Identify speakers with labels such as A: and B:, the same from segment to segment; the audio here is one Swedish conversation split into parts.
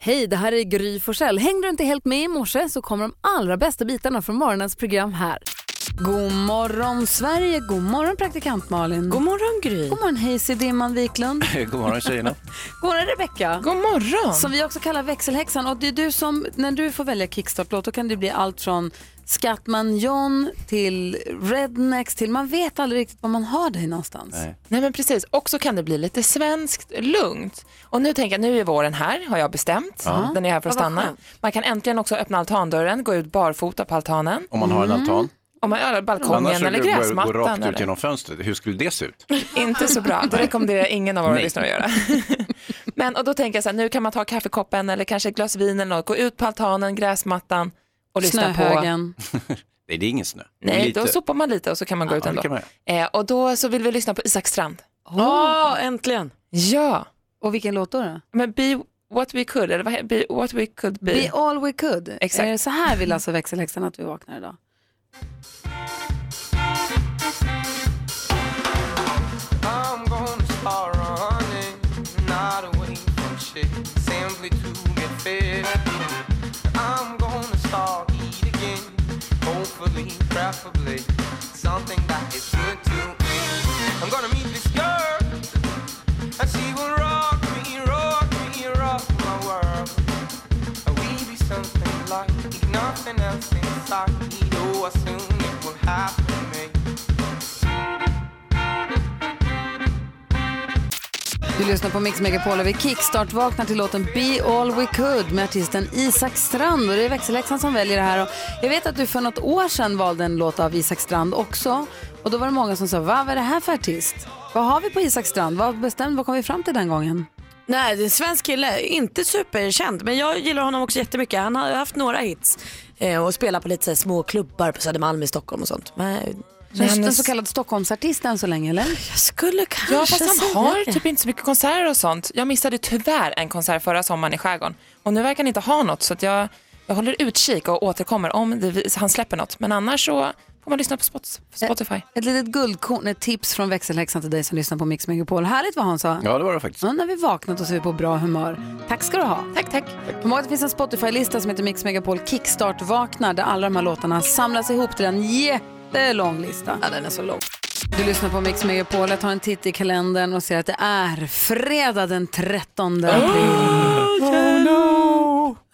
A: Hej, det här är Gry Forssell. Hängde du inte helt med i morse så kommer de allra bästa bitarna från morgonens program här. God morgon Sverige, god morgon praktikant Malin.
B: God morgon Gry.
A: God morgon Hayes i Dimman Wiklund.
C: God morgon tjejerna.
A: God morgon Rebecka.
B: God morgon.
A: Som vi också kallar växelhäxan. Och det är du som, när du får välja kickstart-låt då kan det bli allt från Skattman John till Rednex till man vet aldrig riktigt var man har dig någonstans.
C: Nej.
B: Nej men precis, och så kan det bli lite svenskt lugnt. Och nu tänker jag, nu är våren här, har jag bestämt. Den är här för att
A: Ja, vad
B: stanna.
A: skönt.
B: Man kan äntligen också öppna altandörren, gå ut barfota på altanen.
C: Om man har en altan.
B: Om man eller
C: Annars
B: balkongen
C: skulle
B: Mm. eller
C: du bara
B: gräsmattan.
C: gå rakt ut
B: Eller.
C: genom fönstret. Hur skulle det se ut?
B: Inte så bra, det rekommenderar jag ingen av våra
C: Nej.
B: lyssnare att göra. men och då tänker jag så här, nu kan man ta kaffekoppen eller kanske ett glas vin eller något, gå ut på altanen, gräsmattan och lyssna på.
A: Snöhögen.
C: Nej, det är ingen snö.
B: Nej,
C: lite.
B: då sopar man lite och så kan man gå ut
C: Ja, det
B: ändå.
C: kan man göra.
B: Eh, och då så vill vi lyssna på Isak Strand.
D: Ja, äntligen.
B: Ja,
A: Och vilken låt då? då?
B: men be what we could, eller vad he- be what we could be.
A: Be all we could.
B: Exakt.
A: Är det så här vill alltså växelhäxan att vi vaknar idag?
E: I'm gonna start running, not away from shit, simply to get fit. I'm gonna start eat again, hopefully, preferably, something that is good to me. I'm gonna meet this girl, and she will rock me, rock me, rock my world. And we be something like nothing else inside, though I soon it will happen, mate.
A: Du lyssnar på Mix Megapol och vi kickstart-vaknar till låten Be All We Could med artisten Isak Strand. Och det är växelläxan som väljer det här. Och jag vet att du för något år sedan valde en låt av Isak Strand också. Och då var det många som sa, Va, vad är det här för artist? Vad har vi på Isak Strand? Vad, bestämde, vad kom vi fram till den gången?
D: Nej, det är en svensk kille. Inte superkänd, men jag gillar honom också jättemycket. Han har haft några hits eh, och spelar på lite så här, små klubbar på Södermalm i Stockholm och sånt. Men
A: Den,
B: han är
A: den så kallade Stockholmsartisten än så länge, eller?
D: jag skulle kanske
B: Ja, fast
D: säga
B: han har
D: det.
B: typ inte så mycket konserter och sånt. Jag missade tyvärr en konsert förra sommaren i skärgården och nu verkar han inte ha något så att jag, jag håller utkik och återkommer om det, vis- han släpper något. Men annars så får man lyssna på Spot-
F: Eh,
B: Spotify.
A: Ett litet guldkorn, ett tips från växelhäxan till dig som lyssnar på Mix Megapol. Härligt vad han sa.
C: Ja, det var det faktiskt.
A: Ja, när vi vaknat och så är vi på bra humör. Tack ska du ha.
B: Tack, tack.
A: Kom ihåg att det finns en Spotify-lista som heter Mix Megapol Kickstart Vaknar där alla de här låtarna samlas ihop till en jättelång lista.
D: Ja, den är så lång.
A: Du lyssnar på Mix Megapol, jag tar en titt i kalendern och ser att det är fredag den 13 april.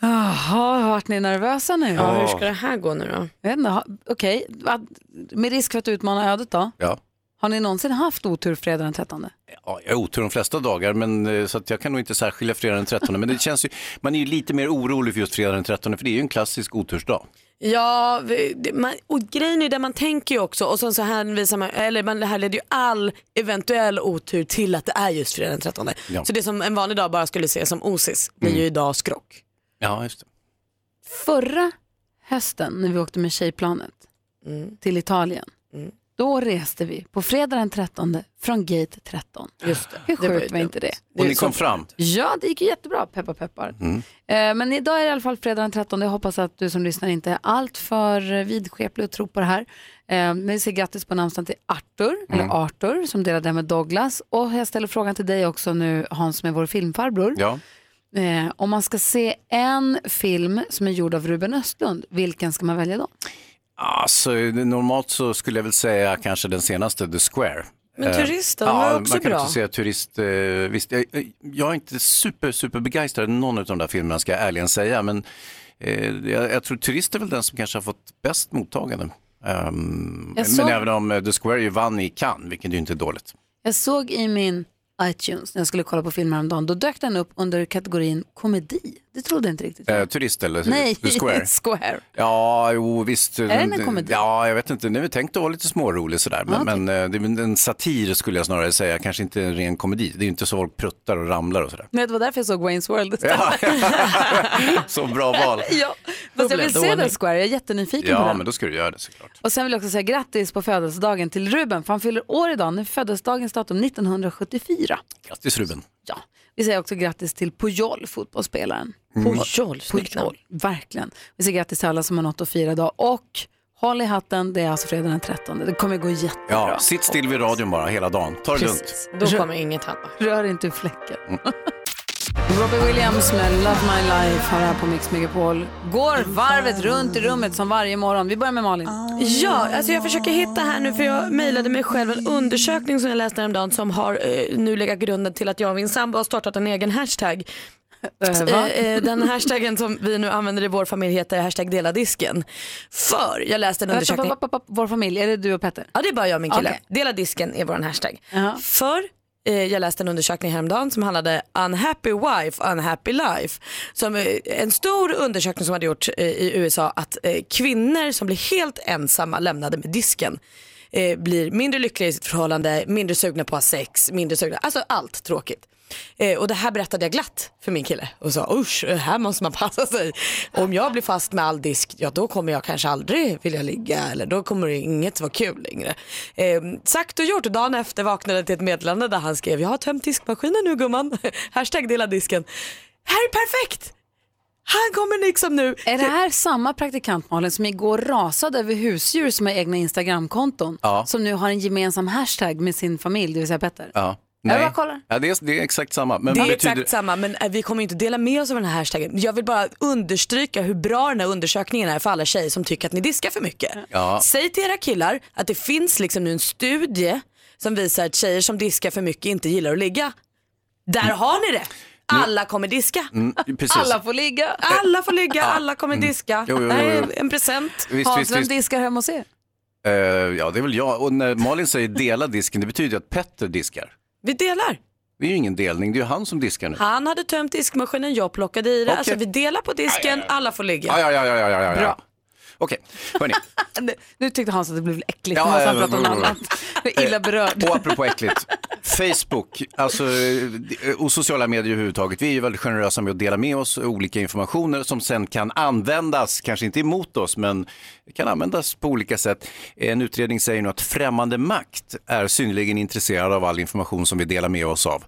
A: Jaha, har varit ni nervösa nu?
D: Ja, hur ska det här gå nu då?
A: Jag vet inte, ha- Okej, vad- med risk för att utmana ödet då.
C: Ja.
A: Har ni någonsin haft otur fredag den 13?
C: Ja, jag har otur de flesta dagar, men, eh, så att jag kan nog inte särskilja fredag den 13. Men det känns ju, man är ju lite mer orolig för just fredag den 13, för det är ju en klassisk otursdag.
D: Ja, vi- det- man, och grejen är ju det man tänker ju också och sen så hänvisar man, eller man det här leder ju all eventuell otur till att det är just fredag den 13.
C: Ja.
D: Så det som en vanlig dag bara skulle se som osis blir ju idag skrock.
C: Ja, just det.
A: Förra hösten när vi åkte med tjejplanet
D: Mm.
A: till Italien, då reste vi på fredag den 13 från gate 13.
D: Just det.
A: Hur
D: Det var ju
A: sjukt var
D: dumt.
A: inte det?
C: Och ni kom fram.
A: Ja, det gick ju jättebra, peppar peppar. Eh, Men idag är det i alla fall fredag den 13. Jag hoppas att du som lyssnar inte är allt för eh, vidskeplig och tror på det här. Eh, Men vi säger grattis på namnsdagen till Arthur, eller Arthur, som delade det med Douglas. Och jag ställer frågan till dig också nu, Hans, som är vår filmfarbror.
C: Ja.
A: Eh, Om man ska se en film som är gjord av Ruben Östlund, vilken ska man välja då?
C: Alltså, normalt så skulle jag väl säga kanske den senaste, The Square.
D: Men
C: Eh,
D: Turisten var
C: ja,
D: också
C: man kan
D: bra.
C: också säga turist. Eh, visst, jag, jag är inte super, super begeistrad i någon av de där filmerna ska jag ärligen säga. Men eh, jag, jag tror turist är väl den som kanske har fått bäst mottagande. Ehm,
A: Jag såg-
C: Men även om eh, The Square ju vann i Cannes, vilket ju inte är dåligt.
A: Jag såg i min iTunes när jag skulle kolla på filmer häromdagen, då dök den upp under kategorin komedi. Det trodde jag inte riktigt.
C: Eh, turist eller
A: Nej,
C: The Square?
A: Square.
C: Ja, jo visst. Är
A: den en komedi?
C: Ja, jag vet inte. Nu tänkte jag vara lite smårolig sådär. Men,
A: okej.
C: men eh, det är väl en satir skulle jag snarare säga, kanske inte en ren komedi. Det är ju inte så folk pruttar och ramlar och sådär.
A: Nej, det var därför jag såg Wayne's World.
C: Ja. så bra val.
A: Ja, fast jag vill
D: blev
A: se
D: dålig.
A: den Square, jag är jättenyfiken på
C: Ja,
A: den.
C: men då ska du göra det såklart.
A: Och sen vill jag också säga grattis på födelsedagen till Ruben, för han fyller år idag. Nu födelsedagens datum 1974.
C: Grattis Ruben.
A: Ja. Vi säger också grattis till Pujol, fotbollsspelaren.
C: Mm.
D: Pujol, snyggt namn.
A: Pujol, verkligen. Vi säger grattis till alla som har något att fira idag. Och håll i hatten, det är alltså fredag den 13. Det kommer gå jättebra.
C: Ja, sitt still vid radion bara hela dagen. Ta det lugnt. Mm.
A: Precis.
D: Då kommer inget hända.
A: Rör inte ur fläcken. Robbie Williams med Love My Life har här på Mix Megapol. Går varvet runt i rummet som varje morgon. Vi börjar med Malin.
D: Ja, alltså jag försöker hitta här nu för jag mejlade mig själv en undersökning som jag läste häromdagen som har eh, nu legat grunden till att jag och min sambo har startat en egen hashtag.
A: va?
D: Eh, eh, den hashtaggen som vi nu använder i vår familj heter hashtag dela disken. För jag läste en
A: Vänta,
D: undersökning.
A: pa, pa, pa, vår familj, är det du och Petter?
D: Ja det är bara jag och min kille.
A: Okej.
D: Dela disken är vår hashtag.
A: Ja.
D: För eh, jag läste en undersökning häromdagen som handlade unhappy wife, unhappy life. Som, eh, en stor undersökning som hade gjort eh, i USA att eh, kvinnor som blir helt ensamma lämnade med disken eh, blir mindre lyckliga i sitt förhållande, mindre sugna på att ha sex, mindre sugna, alltså allt tråkigt. Eh, och det här berättade jag glatt för min kille och sa usch, det här måste man passa sig. Om jag blir fast med all disk, ja då kommer jag kanske aldrig vilja ligga eller då kommer det inget vara kul längre. Eh, sagt och gjort, dagen efter vaknade jag till ett meddelande där han skrev jag har tömt diskmaskinen nu gumman, hashtag dela disken. Här är perfekt! Han kommer liksom nu.
A: Är det här samma praktikant Malin som igår rasade över husdjur som har egna Instagramkonton?
C: Ja.
A: Som nu har en gemensam hashtag med sin familj, det vill säga Petter.
C: Ja.
A: Jag bara kollar.
C: Ja, det, är, det är exakt samma. Men
D: Det är
C: vad
D: exakt samma men eh, vi kommer ju inte dela med oss av den här hashtaggen. Jag vill bara understryka hur bra den här undersökningen är för alla tjejer som tycker att ni diskar för mycket.
C: Ja.
D: Säg till era killar att det finns liksom nu en studie som visar att tjejer som diskar för mycket inte gillar att ligga. Där har ni det! Alla kommer diska.
C: Mm, precis.
A: Alla får ligga.
D: Alla får ligga, alla kommer diska.
C: Jo, jo, jo,
D: Det här
C: jo.
D: är en present.
C: Visst,
A: Hans,
C: visst,
A: vem
C: visst.
A: diskar hemma hos er?
C: Eh, ja, det är väl jag. Och när Malin säger dela disken, det betyder ju att Petter diskar.
D: Vi delar.
C: Det är ju ingen delning, det är ju han som diskar nu.
D: Han hade tömt diskmaskinen, jag plockade i det.
C: Okej.
D: Alltså vi delar på disken, alla får ligga.
C: Ja, ja, ja, ja, ja, ja, ja.
A: Bra.
C: Okej, hörni.
A: Nu tyckte Hans att det blev äckligt
C: Ja,
A: när
C: ja, Eh,
A: han pratade om
C: ja, ja,
A: annat. Jag är Illa berörd.
C: Och apropå äckligt, Facebook alltså, eh, och sociala medier överhuvudtaget, vi är ju väldigt generösa med att dela med oss olika informationer som sen kan användas, kanske inte emot oss, men kan användas på olika sätt. En utredning säger nu att främmande makt är synnerligen intresserad av all information som vi delar med oss av.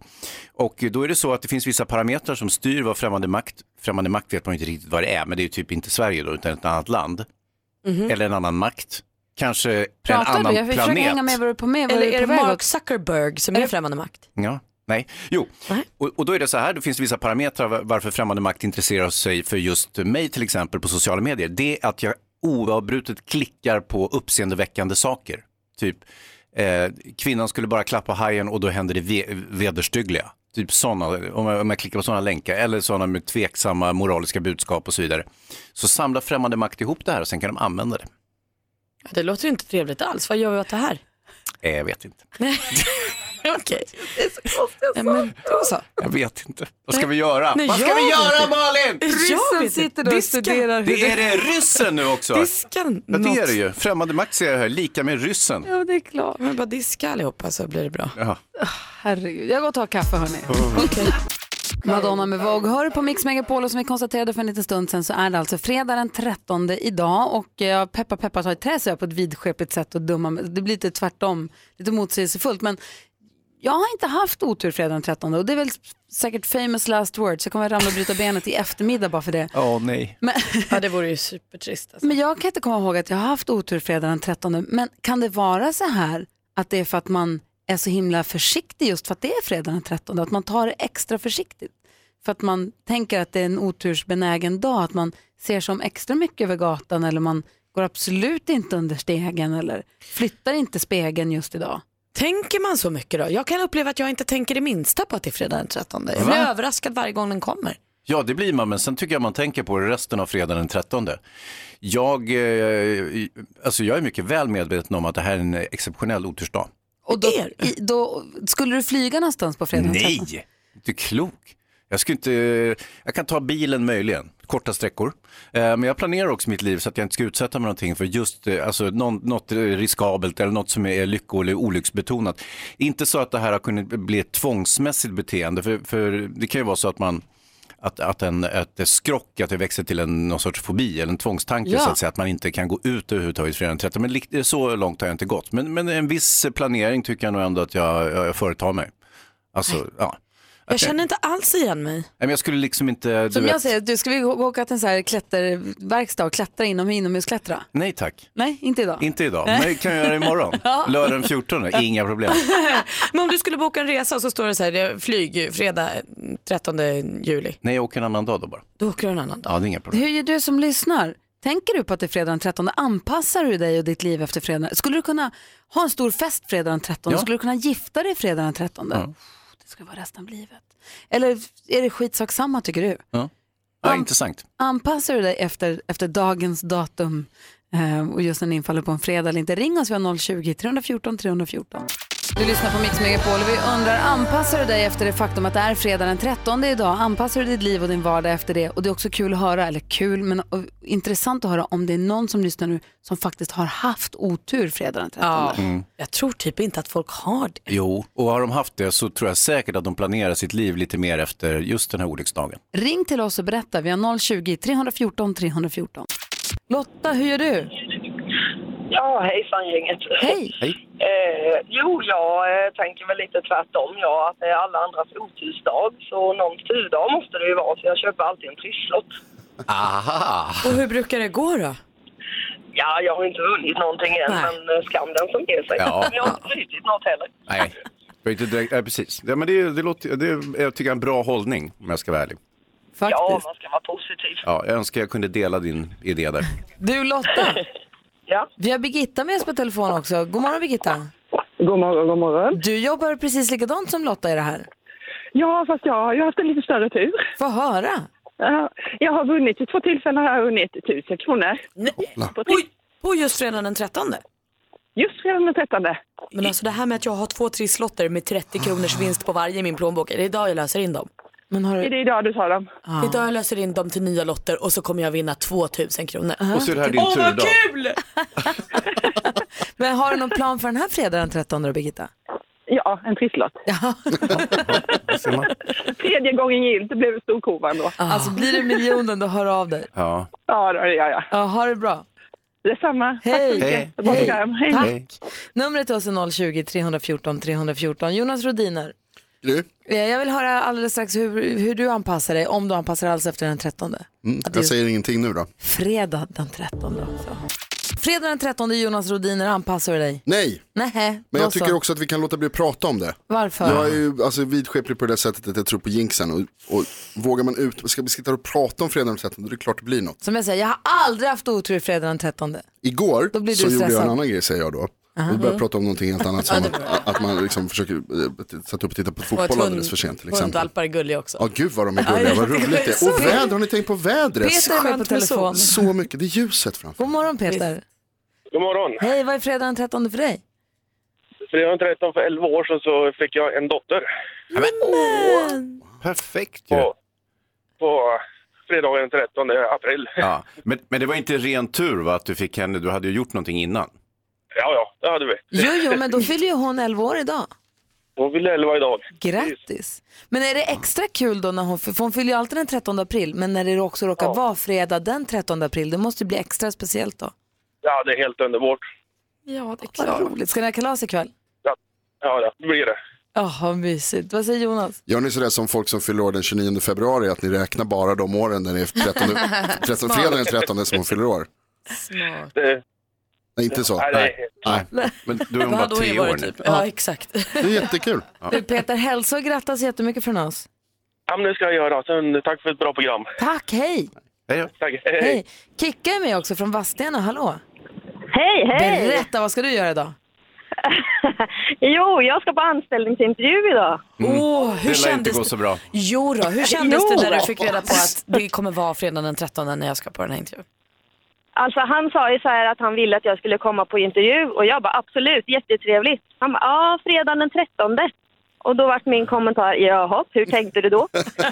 C: Och då är det så att det finns vissa parametrar som styr vad främmande makt, främmande makt vet man ju inte riktigt vad det är, men det är ju typ inte Sverige då, utan ett annat land. Eller en annan makt. Kanske en
A: Mhm. Pratar
C: annan
A: du? Jag försöker
C: planet.
A: hänga med vad du är på med. Vad
D: Eller
A: du
D: är det
A: på väg
D: Mark
A: åt?
D: Zuckerberg som är, främmande makt?
C: Ja, nej. Jo,
D: Nej.
C: och, och då är det så här, det finns vissa parametrar var- varför främmande makt intresserar sig för just mig till exempel på sociala medier. Det är att jag oavbrutet klickar på uppseendeväckande saker. Typ, eh, kvinnan skulle bara klappa hajen och då händer det ve- vederstyggliga. Typ sådana, om jag, om jag klickar på sådana länkar eller sådana med tveksamma moraliska budskap och så vidare. Så samlar främmande makt ihop det här och sen kan de använda det.
D: Det låter ju inte trevligt alls. Vad gör vi åt det här?
C: Eh, jag vet inte.
D: Okej. Det är så konstiga saker.
C: Jag vet inte. Vad ska vi göra?
D: Nej,
C: Vad ska
D: jag
C: vi
D: vet
C: göra
D: inte.
C: Malin?
A: Ryssen sitter där och studerar hur
C: Det är det ryssen nu också.
D: Diskan
C: Ja, det är det ju. Främmande makt ser jag här, lika med ryssen.
A: Ja, det är klart.
D: Men bara diska allihopa så blir det bra.
C: Ja.
A: Herregud. Jag går och tar kaffe hörni. Madonna med Vogue hör på Mix Megapol och som vi konstaterade för en liten stund sedan så är det alltså fredag den 13 idag och eh, Peppa Peppa tar i trä sig på ett vidskepligt sätt och dumma, det blir lite tvärtom, lite motsägelsefullt men jag har inte haft otur fredag den 13 och det är väl säkert famous last words, jag kommer ramla och bryta benet i eftermiddag bara för det.
C: Åh nej.
A: Men,
D: Ja, det vore ju supertrist. Alltså.
A: men jag kan inte komma ihåg att jag har haft otur fredag den 13 men kan det vara så här att det är för att man är så himla försiktig just för att det är fredag den 13 att man tar det extra försiktigt för att man tänker att det är en otursbenägen dag att man ser sig om extra mycket över gatan eller man går absolut inte under stegen eller flyttar inte spegeln just idag.
D: Tänker man så mycket då? Jag kan uppleva att jag inte tänker det minsta på att det är fredag den 13. Jag blir
C: Va?
D: överraskad varje gång den kommer.
C: Ja, det blir man, men sen tycker jag man tänker på det resten av fredagen den 13. Jag, eh, alltså jag är mycket väl medveten om att det här är en exceptionell otursdag.
A: Och då,
D: Är det?
A: i, då, skulle du flyga någonstans på fredag den 13?
C: Nej, du är klok. Jag, skulle inte, jag kan ta bilen möjligen, korta sträckor. Eh, Men jag planerar också mitt liv så att jag inte ska utsätta mig för någonting för just eh, alltså, någon, något eh, riskabelt eller något som är lycko eller olycksbetonat. Inte så att det här har kunnat bli ett tvångsmässigt beteende, för, för det kan ju vara så att man att, att, en, att det skrock, att det växer till en, någon sorts fobi eller en tvångstanke
A: Ja.
C: så att säga, att man inte kan gå ut överhuvudtaget fredag den 13. Men likt- så långt har jag inte gått. Men, men en viss planering tycker jag nog ändå att jag, jag företar mig. Alltså, ja.
D: Jag känner inte alls igen mig.
C: Nej, men jag skulle liksom inte... Du
A: Som
C: vet,
A: jag säger, du, ska vi gå- åka till en så här klätterverkstad och klättra inom, inomhusklättra?
C: Nej tack,
A: Nej, inte idag.
C: inte idag. Men jag kan göra det imorgon. Lördag den 14, inga problem.
D: Men om du skulle boka en resa och så står det så här, det är flyg fredag 13 juli.
C: Nej, jag åker en annan dag då bara.
D: Då åker du en annan dag.
C: Ja, det är inga problem.
A: Hur gör du som lyssnar? Tänker du på att det är fredag den 13? Anpassar du dig och ditt liv efter fredag? Skulle du kunna ha en stor fest fredag den 13?
C: Ja.
A: Skulle du kunna gifta dig fredag den 13? Det ska vara resten av livet. Eller är det skitsak samma tycker du?
C: Ja,
A: Am-
C: intressant.
A: Anpassar du dig efter, efter dagens datum eh, och just när den infaller på en fredag eller inte? Ring oss, vi har 020-314 314. Du lyssnar på Mix Megapol och vi undrar, anpassar du dig efter det faktum att det är fredag den 13 idag? Anpassar du ditt liv och din vardag efter det? Och det är också kul att höra, eller kul, men och, intressant att höra om det är någon som lyssnar nu som faktiskt har haft otur fredag den 13.
D: Ja. Jag tror typ inte att folk har det.
C: Jo, och har de haft det så tror jag säkert att de planerar sitt liv lite mer efter just den här olycksdagen.
A: Ring till oss och berätta, vi har 020-314 314. Lotta, hur gör du?
G: Ja, hejsan gänget.
A: Hej!
C: Hej.
G: Eh, jo, jag eh, tänker väl lite tvärtom. Ja, att det är alla andras otursdag, så någon turdag måste det ju vara. Så jag köper alltid en trisslott.
C: Aha!
D: Och hur brukar det gå då?
G: Ja, jag har inte vunnit någonting än,
D: Nej.
G: men eh, skam den som ger sig.
C: Ja.
G: Jag har inte brutit något heller.
C: Nej. Jag är inte direkt, nej, precis. Ja, men det, det, låter, det är- jag tycker jag är en bra hållning om jag ska vara ärlig.
G: Ja,
A: Faktiskt.
G: man ska vara positiv.
C: Ja, jag önskar jag kunde dela din idé där.
A: Du Lotta!
G: Ja.
A: Vi har Birgitta med oss på telefon också. God morgon Birgitta.
H: God morgon, god morgon.
A: Du jobbar precis likadant som Lotta i det här.
H: Ja, fast jag har ju haft en lite större tur.
A: Få höra.
H: Ja, Jag har vunnit vid två tillfällen har jag vunnit 1000 kronor. På tri-
D: Oj, på just fredag den 13.
H: Just redan den 13.
D: Men alltså det här med att jag har två trisslotter med
A: Ah.
D: 30 kronors vinst på varje i min plånbok, är det idag jag löser in dem?
A: Men har
H: Är
A: du...
H: det idag du tar dem?
D: Det
A: Ah.
D: är idag jag löser in dem till nya lotter och så kommer jag vinna 2000 kronor.
A: Ah.
C: Och så är det här din tur idag.
A: Men har du någon plan för den här fredagen den 13 då, Birgitta?
H: Ja, en trisslott.
A: Ja.
C: Vad säger man?
H: Tredje gången gillt, det blev en stor kova ändå.
A: Alltså blir det miljonen då hör av dig.
C: Ja.
H: Ja, det gör jag.
A: Ja, ha det bra.
H: Detsamma.
A: Hej.
H: Tack så
C: Hej.
H: mycket. Ta bort skärm. Hej.
A: Tack.
C: Hej.
A: Numret till oss är 020-314 314. Jonas Rodiner. Eh, Jag vill höra alldeles strax hur, hur du anpassar dig, om du anpassar alls efter den 13.
I: Mm,
A: Att det är
I: jag säger ingenting nu då.
A: fredag den 13 också. Fredag den 13 Jonas Rodiner, anpassar du dig?
I: Nej,
A: Nej,
I: men
A: då
I: jag
A: så.
I: tycker också att vi kan låta bli att prata om det.
A: Varför?
I: Jag är ju alltså, vidskeplig på det sättet att jag tror på jinxen och, och vågar man ut, ska vi sitta och prata om fredagen den 13, då är det klart det blir något.
A: Som jag säger, jag har aldrig haft otur fredag den 13.
I: Igår
A: Då blir du
I: så gjorde jag
A: stressad.
I: en annan grej säger jag då. Vi började prata om någonting helt annat, som att, att man liksom försöker eh, sätta upp och titta på
D: Och att
I: fotboll alldeles för sent till exempel.
D: Hundvalpar är gulliga också.
I: Ja gud vad de är gulliga, vad roligt det är. Och väder, har ni tänkt på vädret?
A: Peter är med på
D: skönt med
A: telefon.
I: Så mycket, det är ljuset framför.
A: God morgon Peter.
J: God morgon.
A: Hej, vad är fredag den 13 för dig?
J: Fredagen 13 för 11 år sedan så fick jag en dotter
C: Perfekt ju.
J: på, på fredagen den 13 april. Ja,
C: Ja. Men, men det var inte ren tur va, att du fick henne, du hade ju gjort någonting innan.
J: ja, det hade vi.
A: Jo, jo, men då fyller ju hon 11 år idag.
J: Hon fyllde 11 idag.
A: Grattis. Men är det extra kul då när hon, för hon fyller ju alltid den 13 april, men när det också råkar vara fredag den 13 april, det måste ju bli extra speciellt då.
J: Ja, det är helt underbart.
A: Ja, det är klart. Vad roligt. Ska ni ha kalas ikväll?
J: Ja, det blir det.
A: Jaha, vad mysigt. Vad säger Jonas?
I: Gör ni sådär som folk som fyller år den 29 februari, att ni räknar bara de åren när det är 13, 13, fredag den 13 som hon fyller år?
J: det,
I: Nej, inte så.
J: nej, det är helt...
C: Men du är hon bara tre år
A: typ?
C: nu.
D: Ja, exakt.
I: Det är jättekul.
A: Du Peter, hälsa och grattas jättemycket från oss.
J: Ja, men det ska jag göra. Sen, tack för ett bra program.
A: Tack, hej.
C: Hej då.
J: Tack.
A: Hej. Kicka är med också från Vadstena, hallå.
K: Hej, hej!
A: Berätta, vad ska du göra idag?
K: Jo, jag ska på anställningsintervju idag.
D: Åh, hur
C: Det lär inte
D: kändes
C: gå så bra.
D: Jo då, hur kändes
K: Jo.
D: det när du fick reda på att det kommer vara fredag den 13 när jag ska på den här intervjun?
K: Alltså han sa ju så här att han ville att jag skulle komma på intervju och jag bara absolut, jättetrevligt. Han bara, ja, fredagen den 13. Och då vart min kommentar, jaha, hur tänkte du då?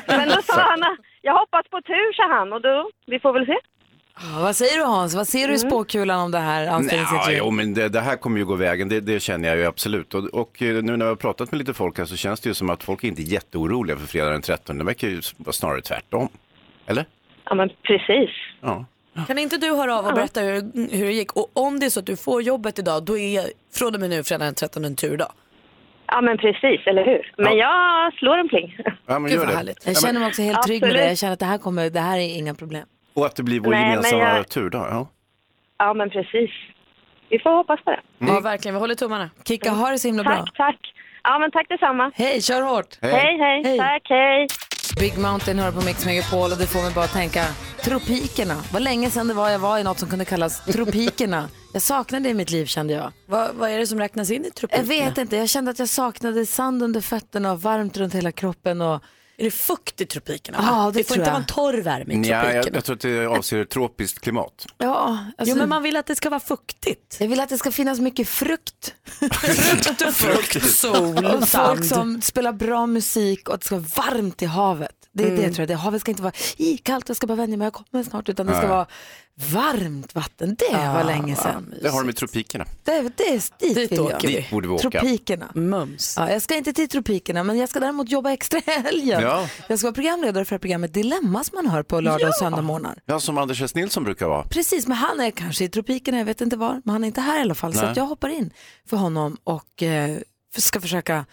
K: Men då sa han, jag hoppas på tur, sa han, och då, vi får väl se.
A: Ja, vad säger du Hans? Vad ser du i
D: Mm.
A: spåkulan om det här
C: Ja,
A: anställningsintervjun?
C: jo, men det, det här kommer ju gå vägen, det, det känner jag ju absolut. Och, och eh, nu när jag har pratat med lite folk här så känns det ju som att folk är inte är jätteoroliga för fredag den 13. Det verkar ju vara snarare tvärtom. Eller?
K: Ja, men precis.
C: Ja.
D: Kan inte du höra av och berätta hur, hur det gick? Och om det är så att du får jobbet idag, då är från och med nu fredag den 13 en turdag.
K: Ja, men precis, eller hur? Men jag slår en pling.
C: Ja, men gör det.
A: Jag
C: Ja,
A: känner
C: men,
A: mig också helt trygg med det.
K: Absolut.
A: Jag känner att det här, kommer, det här är inga problem.
C: och att det blir vår
K: Nej, men
C: gemensamma
K: jag-
C: tur då. Ja.
K: Ja, men precis. Vi får hoppas på det.
D: Ja, verkligen. Vi håller tummarna.
A: Kicka, ha det så himla bra.
K: Tack, tack. Ja, men tack detsamma.
A: Hej, kör hårt.
K: Hej, hej. Tack, hej.
A: Big Mountain hör på Mix Megapol och det får mig bara att tänka tropikerna. Vad länge sedan det var jag var i något som kunde kallas tropikerna. Jag saknade det i mitt liv kände jag.
D: Vad, vad är det som räknas in i
A: Jag
D: tropikerna?
A: vet inte, jag kände att jag saknade sand under fötterna och varmt runt hela kroppen. Och...
D: Är det fukt i tropikerna? va?
A: Ja, det,
D: det får
A: tror
D: inte
A: jag.
D: vara en torr värme i
C: Nja,
D: tropikerna.
C: jag, jag tror att det avser tropiskt klimat.
A: Ja, alltså-
D: Jo, men man vill att det ska vara fuktigt.
A: Jag vill att det ska finnas mycket frukt.
D: frukt och frukt, sol
A: Och
D: och
A: folk
D: sand.
A: som spelar bra musik och att det ska vara varmt i havet. Det är det
D: Mm.
A: tror jag. Det, havet ska inte vara "I, kallt, jag ska bara vänja mig, jag kommer snart. Utan det ska
C: Nej.
A: vara varmt vatten. Det var länge sedan.
C: Det har de i tropikerna.
A: Det, det är dit, vill jag.
C: åker vi. Dit borde vi åka.
A: Tropikerna.
D: Mums.
A: Ja, jag ska inte till tropikerna men jag ska däremot jobba extra i helgen.
C: Ja.
A: Jag ska vara programledare för programmet Dilemma som man hör på lördag och söndag morgnar.
C: Ja, som Anders S. Nilsson brukar vara.
A: Precis, men han är kanske i tropikerna, jag vet inte var, men han är inte här i alla fall. Så
C: Nej.
A: att jag hoppar in för honom och eh, ska försöka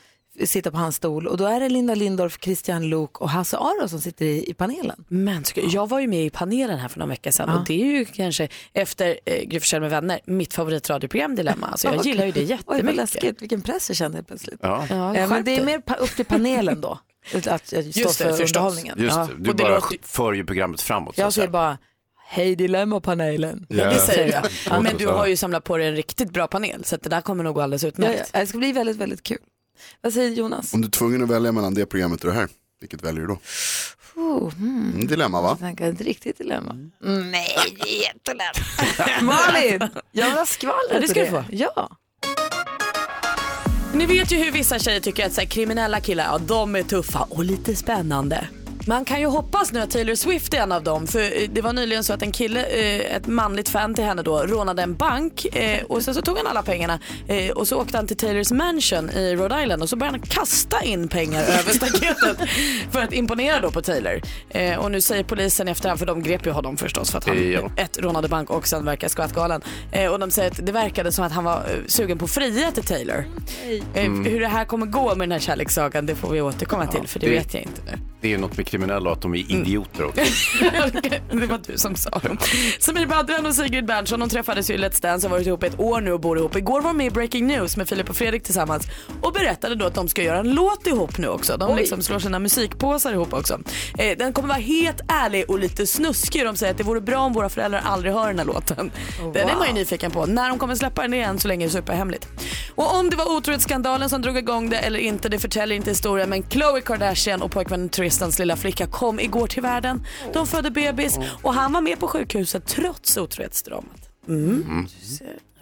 A: sitta på hans stol. Och då är det Linda Lindorff, Christian Lok och Hasse Aro som sitter i, i panelen.
D: Men så- jag var ju med i panelen här för några veckor sedan och det är ju kanske efter eh, Gry Forssell med vänner mitt favoritradioprogram Dilemma. Alltså, jag gillar ju det
A: Oj, vad
D: jättemycket.
A: läskigt, vilken press jag känner helt plötsligt.
C: Ja.
A: Eh, men det är mer pa- upp till panelen då, att, att, att stå
D: Just det,
A: för
D: förstås.
A: underhållningen.
C: Just
A: Ja.
C: det, du
A: Och det
C: bara
A: låter-
C: för ju programmet framåt. så
A: Jag
C: att säga.
A: säger bara, hej Dilemma-panelen.
C: Ja.
D: Det säger
C: Ja.
D: jag. Men du har ju samlat på dig en riktigt bra panel så att det där kommer nog gå alldeles
A: Ja,
D: utmärkt.
A: ja. Det ska bli väldigt, väldigt kul. Vad säger Jonas?
I: Om du är tvungen att välja mellan det programmet och det här, vilket väljer du då?
A: Oh, hmm.
I: Mm, dilemma va?
A: Jag tänker ett riktigt dilemma.
C: Mm.
A: Mm, Nej, det är jättelätt. Malin, jag vill ha skvallret.
D: Ja, det ska
A: och
D: du få.
A: Ja.
D: Ni vet ju hur vissa tjejer tycker att så här, kriminella killar, ja de är tuffa och lite spännande. Man kan ju hoppas nu att Taylor Swift är en av dem. För eh, det var nyligen så att en kille, eh, ett manligt fan till henne då, rånade en bank eh, och sen så tog han alla pengarna eh, och så åkte han till Taylors mansion i Rhode Island och så började han kasta in pengar över staketet för att imponera då på Taylor. Eh, och nu säger polisen i efterhand, för de grep ju honom förstås för att han
C: Ja.
D: ett rånade bank och sen verkar skvattgalen. Eh, och de säger att det verkade som att han var eh, sugen på att fria till Taylor. Eh, Hur det här kommer gå med den här kärlekssagan det får vi återkomma till för det,
C: det-
D: vet jag inte nu.
C: Det är ju något med kriminella och att de är idioter också.
D: det var du som sa det. Samir Badran och Sigrid Bernson de träffades ju i Let's Dance och har varit ihop i ett år nu och bor ihop. Igår var de med i Breaking News med Filip och Fredrik tillsammans och berättade då att de ska göra en låt ihop nu också. De liksom slår sina musikpåsar ihop också. Eh, den kommer vara helt ärlig och lite snuskig. De säger att det vore bra om våra föräldrar aldrig hör den här låten. Den är man ju nyfiken på. När de kommer släppa den igen så länge är det superhemligt. Och om det var otrohetsskandalen som drog igång det eller inte, det förtäljer inte historien. Men Khloe Kardashian och pojkvännen Tristans lilla flicka kom igår till världen. De födde bebis och han var med på sjukhuset trots otrohetsdramat.
C: Mm.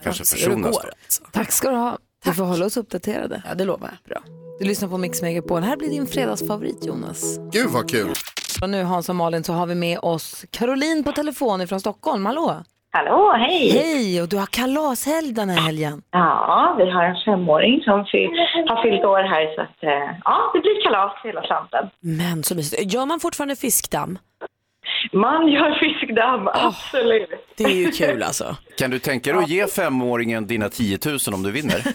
C: Kanske
D: Se hur det
C: personas
D: går
C: då.
D: alltså.
A: Tack ska du ha. Du får hålla oss uppdaterade.
D: Ja, det lovar jag. Bra.
A: Du lyssnar på Mix Megapol. Här blir din fredagsfavorit Jonas.
I: Gud vad kul!
A: Och nu Hans och Malin så har vi med oss Caroline på telefon ifrån Stockholm. Hallå!
K: Hallå, hej.
A: Hej! Och du har kalashelg den här helgen.
K: Ja, vi har en femåring som fy- har fyllt år här så att eh, ja, det blir kalas hela slanten.
D: Men så mysigt. Gör man fortfarande fiskdamm?
K: Man gör fiskdamm, absolut.
D: Det är ju kul alltså.
C: Kan du tänka dig att ge femåringen dina 10 000 om du vinner?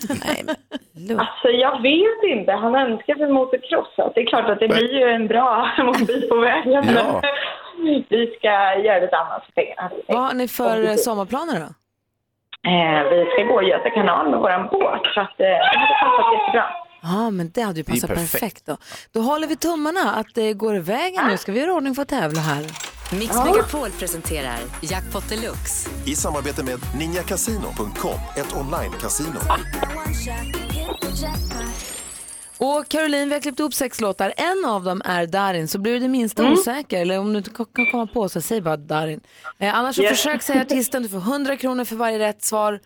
K: Alltså jag vet inte, han önskar sig motocrossat. Det är klart att det blir ju en bra bit på vägen.
C: Ja.
K: Men vi ska göra lite annat för pengarna.
A: Vad har ni för eh, sommarplaner då?
K: Eh, vi ska gå Göta kanal med vår båt så att eh, det hade passat jättebra.
A: Ja, men det hade ju
C: är
A: passat perfekt.
C: perfekt.
A: då. Då håller vi tummarna att det går vägen nu. Ska vi göra ordning för att tävla här?
F: Mix Megapol presenterar Jackpot Deluxe.
L: I samarbete med ninjakasino.com, ett online-casino.
A: Och Caroline, vi har klippt ihop sex låtar. En av dem är Darin, så blir du det minsta osäker, eller om du inte k- kan komma på så säg bara Darin. Eh, annars så
K: Yes.
A: försök säga artisten, du får 100 kronor för varje rätt svar.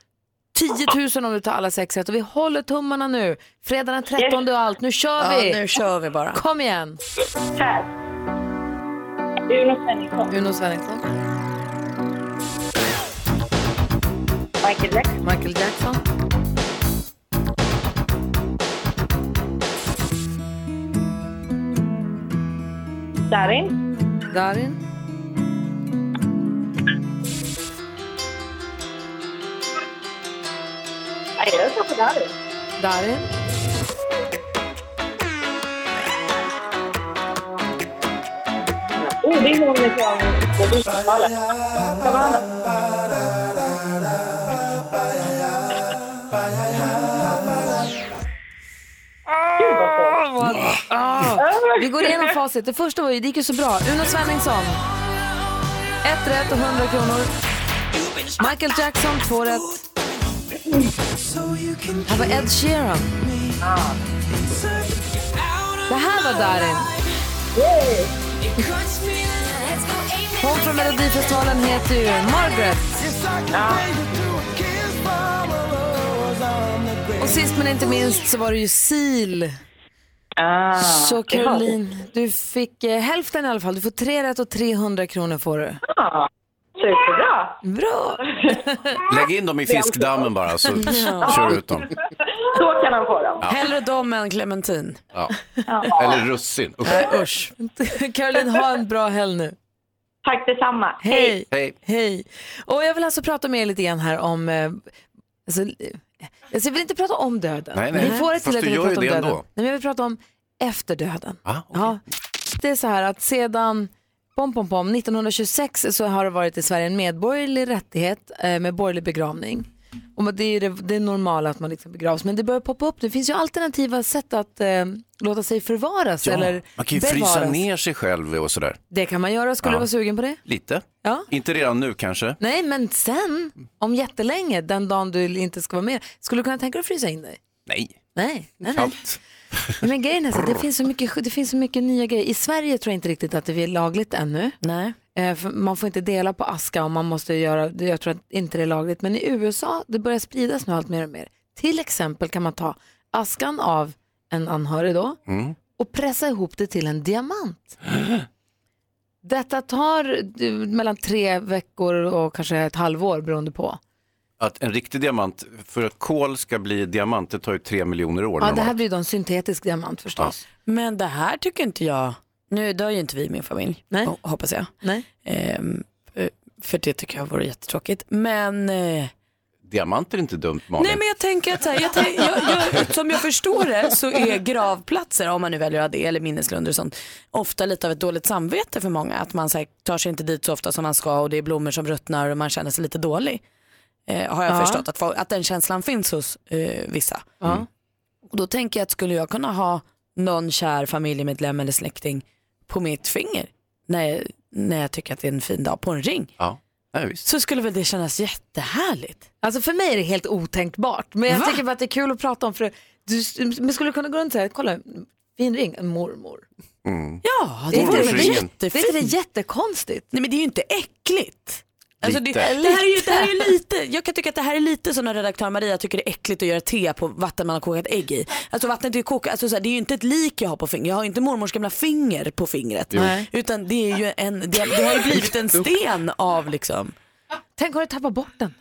A: 10 000 om du tar alla sex rätt och vi håller tummarna nu. Fredag den 13 och allt, nu kör vi!
D: Ja, nu kör vi bara.
A: Kom igen!
K: Här. Uno Svensson,
A: Uno Svenningsson,
K: Michael Jackson,
A: Michael Jackson,
K: Darin,
A: Darin,
K: Nej, jag tror på Darin.
A: Darin,
G: Ring hon ifrån Uppsala.
A: Vad- Ah. Vi går igenom facit. Det första var ju, det gick ju så bra. Uno Svenningsson. Ett rätt och 100 kronor. Michael Jackson, två rätt. Här var Ed Sheeran. Det här var Darin. Hon från Melodifestivalen heter ju Margaret. Och sist men inte minst så var det ju Sil. så
G: Ah, det var det.
A: Caroline, du fick eh, hälften i alla fall. Du får tre rätt och 300 kronor får du.
G: Ja, superbra.
A: Bra.
C: Lägg in dem i fiskdammen bara så
D: Ja.
C: kör ut dem.
G: Så kan han få dem.
C: Ja.
D: Hellre dem än clementin.
C: Ja. Eller russin. Usch.
A: Nej, usch. Caroline, ha en bra helg nu.
G: Tack detsamma.
A: Hej.
C: Hej.
A: Hej. Och jag vill alltså prata med er lite grann här om... eh, Alltså, eh, alltså jag vill inte prata om döden.
C: Nej, nej.
A: Ni får det
C: Fast
A: till att
C: du
A: jag vill
C: gör ju
A: prata om
C: det
A: döden.
C: ändå. Ah.
A: Nej, men jag vill prata om efter döden. ja. Det är så här att sedan pom, pom, pom, 1926 så har det varit i Sverige en medborgerlig rättighet eh, med borgerlig begravning. Och det är ju det, det normala att man liksom begravs. Men det börjar poppa upp. Det finns ju alternativa sätt att eh, låta sig förvaras
C: Ja.
A: eller
C: Man kan ju
A: bevaras.
C: frysa ner sig själv och sådär.
A: Det kan man göra. Skulle
C: Ja.
A: du vara sugen på det?
C: Lite.
A: Ja.
C: Inte redan nu kanske.
A: Nej, men sen, om jättelänge, den dagen du inte ska vara med, skulle du kunna tänka dig att frysa in dig?
C: Nej.
A: Nej, nej, nej.
C: Kallt.
A: Nej, Men grejen är så, att det finns så, mycket, det finns så mycket nya grejer. I Sverige tror jag inte riktigt att det är lagligt ännu. Eh,
D: Nej.
A: För man får inte dela på aska och man måste göra, det- jag tror att inte det är lagligt. Men i USA, det börjar spridas nu allt mer och mer. Till exempel kan man ta askan av en anhörig då
E: Mm.
A: och pressa ihop det till en diamant. Detta tar eh, mellan tre veckor och kanske ett halvår beroende på.
C: Att en riktig diamant, för att kol ska bli diamant, det tar ju tre miljoner år.
A: Ja, det
C: normalt.
A: här blir då en syntetisk diamant förstås.
D: Men det här tycker inte jag, nu dör ju inte vi i min familj, ho- hoppas jag.
A: Nej.
D: Ehm, eh, för det tycker jag vore jättetråkigt. Men, eh,
C: Diamant är inte dumt, Malin.
D: nej men jag tänker att så här, jag, tän- jag, jag, som jag förstår det så är gravplatser, om man nu väljer att ha det, eller minneslunder och sånt, ofta lite av ett dåligt samvete för många. Att man så här, tar sig inte dit så ofta som man ska och det är blommor som ruttnar och man känner sig lite dålig. Eh, har jag
A: Ja.
D: förstått, att, folk- att den känslan finns hos eh, vissa. Och då tänker jag att skulle jag kunna ha någon kär familjemedlem eller släkting på mitt finger när jag, när jag tycker att det är en fin dag på en ring.
C: Ja. Ja, visst.
D: Så skulle väl det kännas jättehärligt.
A: Alltså för mig är det helt otänkbart. Men jag
D: Va?
A: tycker bara att det är kul att prata om för du men skulle du kunna gå runt och säga, kolla, fin ring, en mormor.
C: Mm.
D: Ja,
A: det vore väl
C: Mormorsringen.
A: jättefint. Vet du, det är jättekonstigt.
D: Nej men det är ju inte äckligt. Alltså det,
A: Lite.
D: det, här är ju, det här är ju lite, jag kan tycka att det här är lite som när redaktör Maria tycker det är äckligt att göra te på vatten man har kokat ägg i. Alltså vattnet är ju kokat, alltså så här, det är ju inte ett lik jag har på fingret. Jag har ju inte mormors gamla finger på fingret.
A: Jo. Nej.
D: Utan det är ju en, det, det har ju blivit en sten av liksom.
A: Tänk om du tappar bort den.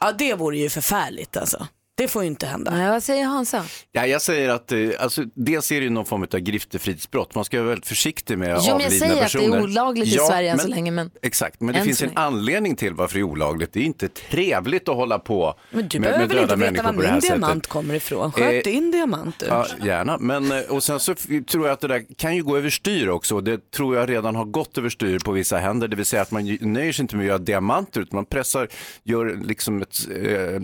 D: Ja det vore ju förfärligt alltså. Det får ju inte hända.
A: Nej, vad säger Hansa?
C: Ja, jag säger att eh, alltså, dels är det ju någon form av griftefridsbrott. Man ska vara väldigt försiktig med
A: jo, men
C: avlidna
A: jag säger att det
C: personer.
A: är olagligt i
C: Ja,
A: Sverige än
C: men-
A: så länge. Men...
C: Exakt, men det
A: Än
C: finns
A: så
C: en
A: länge.
C: anledning till varför det är olagligt. Det är inte trevligt att hålla på
D: Men du
C: med,
D: behöver
C: med
D: väl inte
C: döda
D: veta
C: människor
D: var
C: på det här
D: min diamant
C: sättet.
D: kommer ifrån. Sköt
C: Eh,
D: din diamant du.
C: Ja, gärna, men eh, och sen så f- tror jag att det där kan ju gå överstyr också. Det tror jag redan har gått överstyr på vissa händer. Det vill säga att man ju- nöjer sig inte med att göra diamanter utan man pressar, gör liksom ett eh,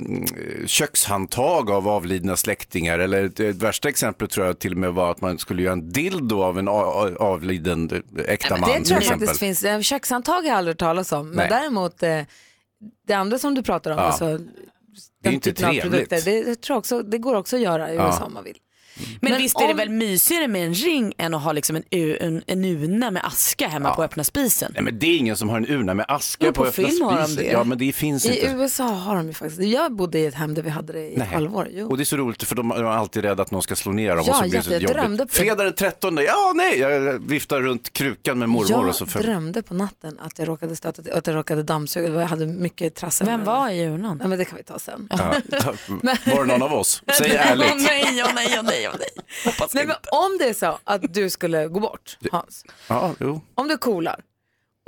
C: kökshandtag av avlidna släktingar. Eller ett, ett värsta exempel tror jag till och med var att man skulle göra en dildo av en a- a- avliden eh, äkta man.
A: det
C: till
A: tror jag
C: exempel.
A: faktiskt finns. Eh, Kökshandtag har jag aldrig hört talas om. Men
C: Nej.
A: däremot eh, det andra som du pratar om,
C: Ja.
A: alltså, den
C: Det är ju inte
A: typen av
C: trevligt.
A: produkter, det, tror jag också, det går också att göra i
C: Ja.
A: USA om man vill.
D: Men,
A: Men
D: visst är det
A: om-
D: väl mysigare med en ring än att ha liksom en, u- en, en urna med aska hemma på öppna spisen?
C: Nej, men det är ingen som har en urna med aska
D: Men
C: på,
D: på
C: öppna
D: film har de
C: spisen.
D: det.
C: Ja, men det finns
A: I
C: inte.
A: USA har de ju faktiskt Jag bodde i ett hem där vi hade det i ett
C: Nej.
A: halvår. Jo.
C: Och det är så roligt för de de är alltid rädda att någon ska slå ner dem
A: Ja,
C: och så blir det
A: jätte-
C: så
A: jag drömde
C: jobbigt.
A: på-
C: Fredag den 13, ja nej, jag viftar runt krukan med mormor
A: jag
C: och så för...
A: drömde på natten att jag råkade stöta till, att jag råkade dammsuga. Jag hade mycket trassel.
D: Vem var i urnan?
A: Ja, men det kan vi ta sen.
C: Ja, ta- var det någon av oss? Säg ärligt.
A: Åh, nej, åh, nej, åh, nej, åh, nej. Nej, men om det är så att du skulle gå bort, Hans,
C: Ja, jo.
A: om du kolar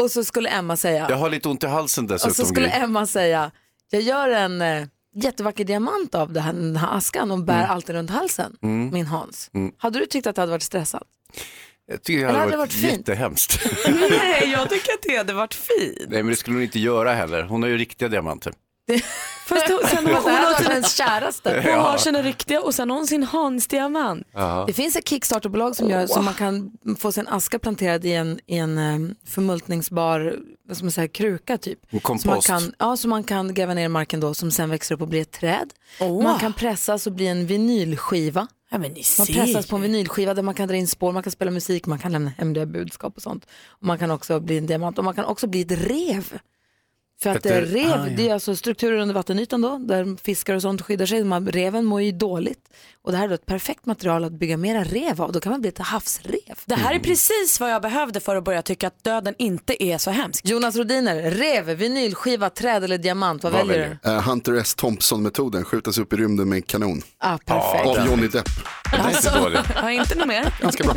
A: och så skulle Emma säga,
C: Jag har lite ont i halsen
A: och så
C: dessutom.
A: skulle
C: Gry.
A: Emma säga, jag gör en eh, jättevacker diamant av det här, den här askan och bär alltid runt halsen,
C: Mm.
A: min Hans.
C: Mm.
A: Hade du tyckt att det hade varit stressat?
C: Jag tycker
A: Eller
C: det
A: hade
C: hade
A: det
C: varit
A: varit fint?
C: jättehemskt.
D: Nej, jag tycker att det hade varit fint.
C: Nej, men det skulle hon inte göra heller. Hon har ju riktiga diamanter.
D: Fast hon, sen har
A: Det
D: hon,
A: här
D: har
C: alltså-
A: var
D: sina,
A: hennes käraste.
D: hon har
C: Ja.
D: sina riktiga och sen har hon sin Hans-diamant.
C: Ja.
A: Det finns ett Kickstarterbolag som gör så man kan få sin aska planterad i en, i en eh, förmultningsbar vad ska man säga, kruka typ.
C: En kompost.
A: Så man, kan, ja, så man kan gräva ner i marken då som sen växer upp och blir ett träd. Man kan pressas och bli en vinylskiva.
D: Ja, men ni
A: man
D: ser
A: pressas
D: ju.
A: på en vinylskiva där man kan dra in spår, man kan spela musik, man kan lämna hemliga budskap och sånt. Och man kan också bli en diamant och man kan också bli ett rev. För att
M: Ett
A: det är
M: rev?
A: rev,
M: Ah, ja.
A: det är alltså strukturer under vattenytan då, där fiskar och sånt skyddar sig. Man, reven mår ju dåligt. Och det här är då ett perfekt material att bygga mera rev av. Då kan man bli ett havsrev.
D: Det här är precis vad jag behövde för att börja tycka att döden inte är så hemsk.
A: Jonas Rodiner, rev, vinylskiva, träd eller diamant, vad, väljer du?
I: Eh, Hunter S. Thompson-metoden, skjutas upp i rymden med en kanon.
A: Ah, perfekt.
I: Av Johnny Depp.
A: Alltså,
C: Mm.
D: Har inte något mer?
I: Ganska bra.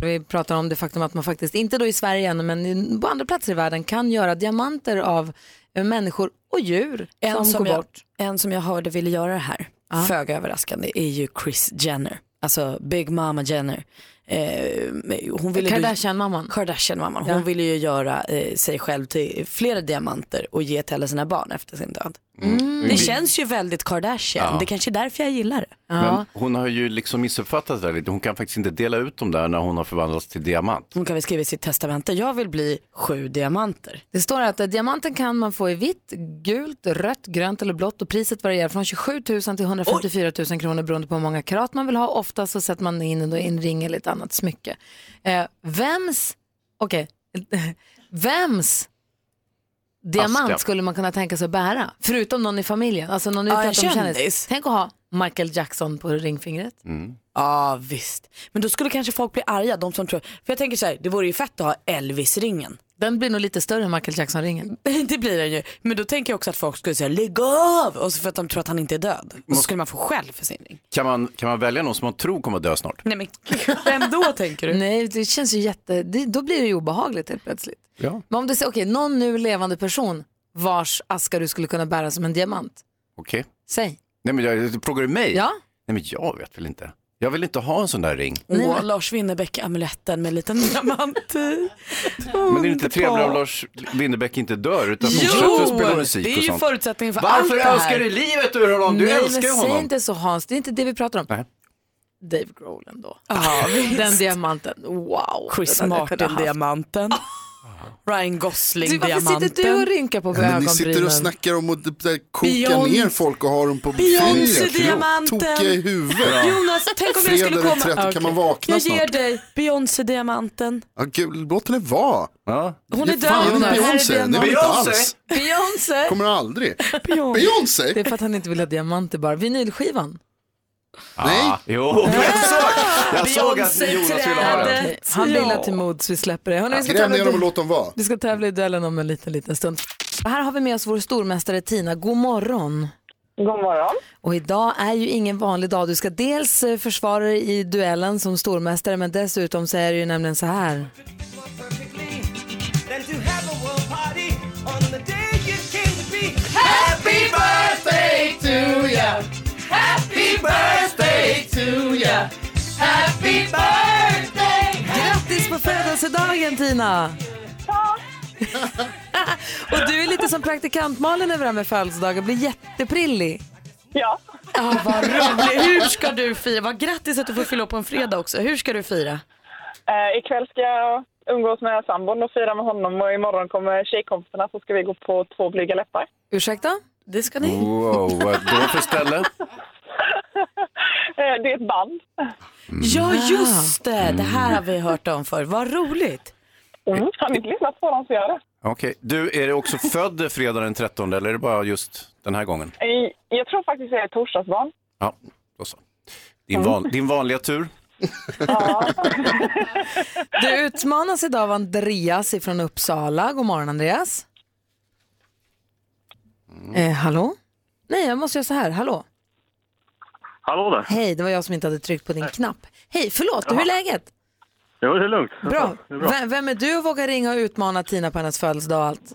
A: Vi pratar om det faktum att man faktiskt, inte då i Sverige än, men i- på andra platser i världen kan göra diamanter av eh, människor och djur som,
D: En som,
A: går
D: jag,
A: bort.
D: en som jag hörde ville göra det här, föga överraskande, är ju Chris Jenner. Alltså Big Mama Jenner. Eh, hon ville ju-
A: Kardashian-mamman.
D: Kardashian-mamman. Hon
A: Ja.
D: ville ju göra eh, sig själv till flera diamanter och ge till alla sina barn efter sin död.
C: Mm.
D: Det känns ju väldigt Kardashian.
C: Ja.
D: Det kanske är därför jag gillar det.
C: Men hon har ju liksom missuppfattat det här lite. Hon kan faktiskt inte dela ut dem där när hon har förvandlats till diamant.
D: Hon kan väl skriva i sitt testamente, jag vill bli sju diamanter.
A: Det står att eh, diamanten kan man få i vitt, gult, rött, grönt eller blått och priset varierar från 27 000 till 154 000 kronor beroende på hur många karat man vill ha. Ofta så sätter man in då en ring eller ett annat smycke. Eh, vems, okej, vems diamant
M: Aska.
A: skulle man kunna tänka sig att bära? Förutom någon i familjen, alltså någon
D: Ja,
A: utan
D: en
A: ah, kändis.
D: kändis. Mm.
A: Tänk att ha Michael Jackson på ringfingret.
D: Ja visst. Men då skulle kanske folk bli arga, de som tror. För jag tänker så här, det vore ju fett att ha Elvis-ringen.
A: Den blir nog lite större än Michael Jackson-ringen.
D: det blir den ju. Men då tänker jag också att folk skulle säga lägg av! Och så för att de tror att han inte är död. Och så skulle man få skäll för sin ring.
C: Kan man, kan man välja någon som man tror kommer dö snart?
D: Nej men vem då tänker du?
A: Nej, det känns ju jätte, det, då blir det ju obehagligt helt plötsligt.
C: Ja.
A: Men om du säger, okej, någon nu levande person vars aska du skulle kunna bära som en diamant.
C: Okej.
A: Säg.
C: Nej men jag, frågar du mig?
A: Ja.
C: Nej men jag vet väl inte. Jag vill inte ha en sån där ring.
D: Åh, Lars Winnerbäck-amuletten med en liten diamant i.
C: Men det är inte trevligare om
D: Underbart.
C: Lars Winnerbäck inte dör utan fortsätter att
D: Jo,
C: spela musik
D: det är
C: och
D: ju
C: sånt.
D: förutsättningen för
C: Varför
D: allt det här.
C: önskar du livet ur honom? Du
A: Nej,
C: älskar ju
A: men säg
C: honom.
A: inte så Hans, det är inte det vi pratar om.
C: Nej.
A: Dave Grohl ändå. Den diamanten, wow.
D: Chris
A: Den hade jag kunnat haft.
D: Martin-diamanten. Ryan
A: Du, varför
D: Gosling-diamanten.
A: sitter du och rynkar på
I: Ja, men ni sitter och
A: ögonbrynen?
I: snackar om att där koka
D: Beyoncé-
I: ner folk och ha dem på
D: Beyoncé
I: fingret.
D: diamanten.
I: Tokiga i huvudet.
D: Jonas, tänk om jag
I: Fredag
D: skulle
I: den
D: komma.
I: 30,
D: Okej.
I: Kan man vakna
D: jag ger
I: snart?
D: dig Beyoncé-diamanten.
I: Ja, gud, låt henne vara.
D: Hon är
I: Ge fan
D: död
I: i
D: nu. Här är
I: Beyoncé, det vill jag inte
D: diamanten.
I: alls.
A: Beyoncé!
I: Kommer aldrig.
A: Beyoncé.
I: Beyoncé?
A: Det är för att han inte vill ha diamanter bara. Vinylskivan.
C: Nej. Ah, Jo, jag såg, jag såg att Jonas ville ha den.
A: Okej, Han vill till mods, vi släpper det. Hörrni, vi ska
I: Gräv
A: tävla
I: ner dem
A: i-
I: och låt dem vara.
A: Vi ska tävla i duellen om en liten, liten stund. Och här har vi med oss vår stormästare Tina. God morgon.
G: God morgon.
A: Och idag är ju ingen vanlig dag. Du ska dels eh, försvara dig i duellen som stormästare men dessutom så är det ju nämligen så här.
M: than to have a world party on the day you came to be. Happy birthday to ya! Happy birthday to ya! Happy birthday!
A: Grattis på födelsedagen Tina! Och du är lite som praktikant Malin över det här med födelsedagar, blir jätteprillig.
G: Ja.
D: Ah, vad roligt. Hur ska du fira? Vad grattis att du får fylla upp på en fredag också. Hur ska du fira?
G: Eh, ikväll ska jag umgås med sambon och fira med honom och imorgon kommer tjejkompisarna så ska vi gå på två blyga läppar.
A: Ursäkta?
D: Det ska
C: Wow, vad då för ställe?
G: Eh, det är ett band.
D: Ja, just det. Det här har vi hört om för. Vad roligt.
G: Mm, har ni inte lyssnat på dem så gör det.
C: Okej, du är du också född fredag den 13 eller är det bara just den här gången?
G: Eh, jag tror faktiskt jag är torsdagsbarn.
C: Ja, då så. Din, van, din vanliga tur.
A: Du utmanas idag av Andreas ifrån Uppsala. God morgon Andreas.
N: Mm.
A: Eh, hallå? Nej, jag måste göra så här. Hallå?
N: Hallå där.
A: Hej, det var jag som inte hade tryckt på din knapp. Hej, förlåt, hur är läget?
N: Jo, det är lugnt.
A: Bra.
N: Det är bra.
A: Vem, vem är du och vågar ringa och utmana Tina på hennes födelsedag och allt?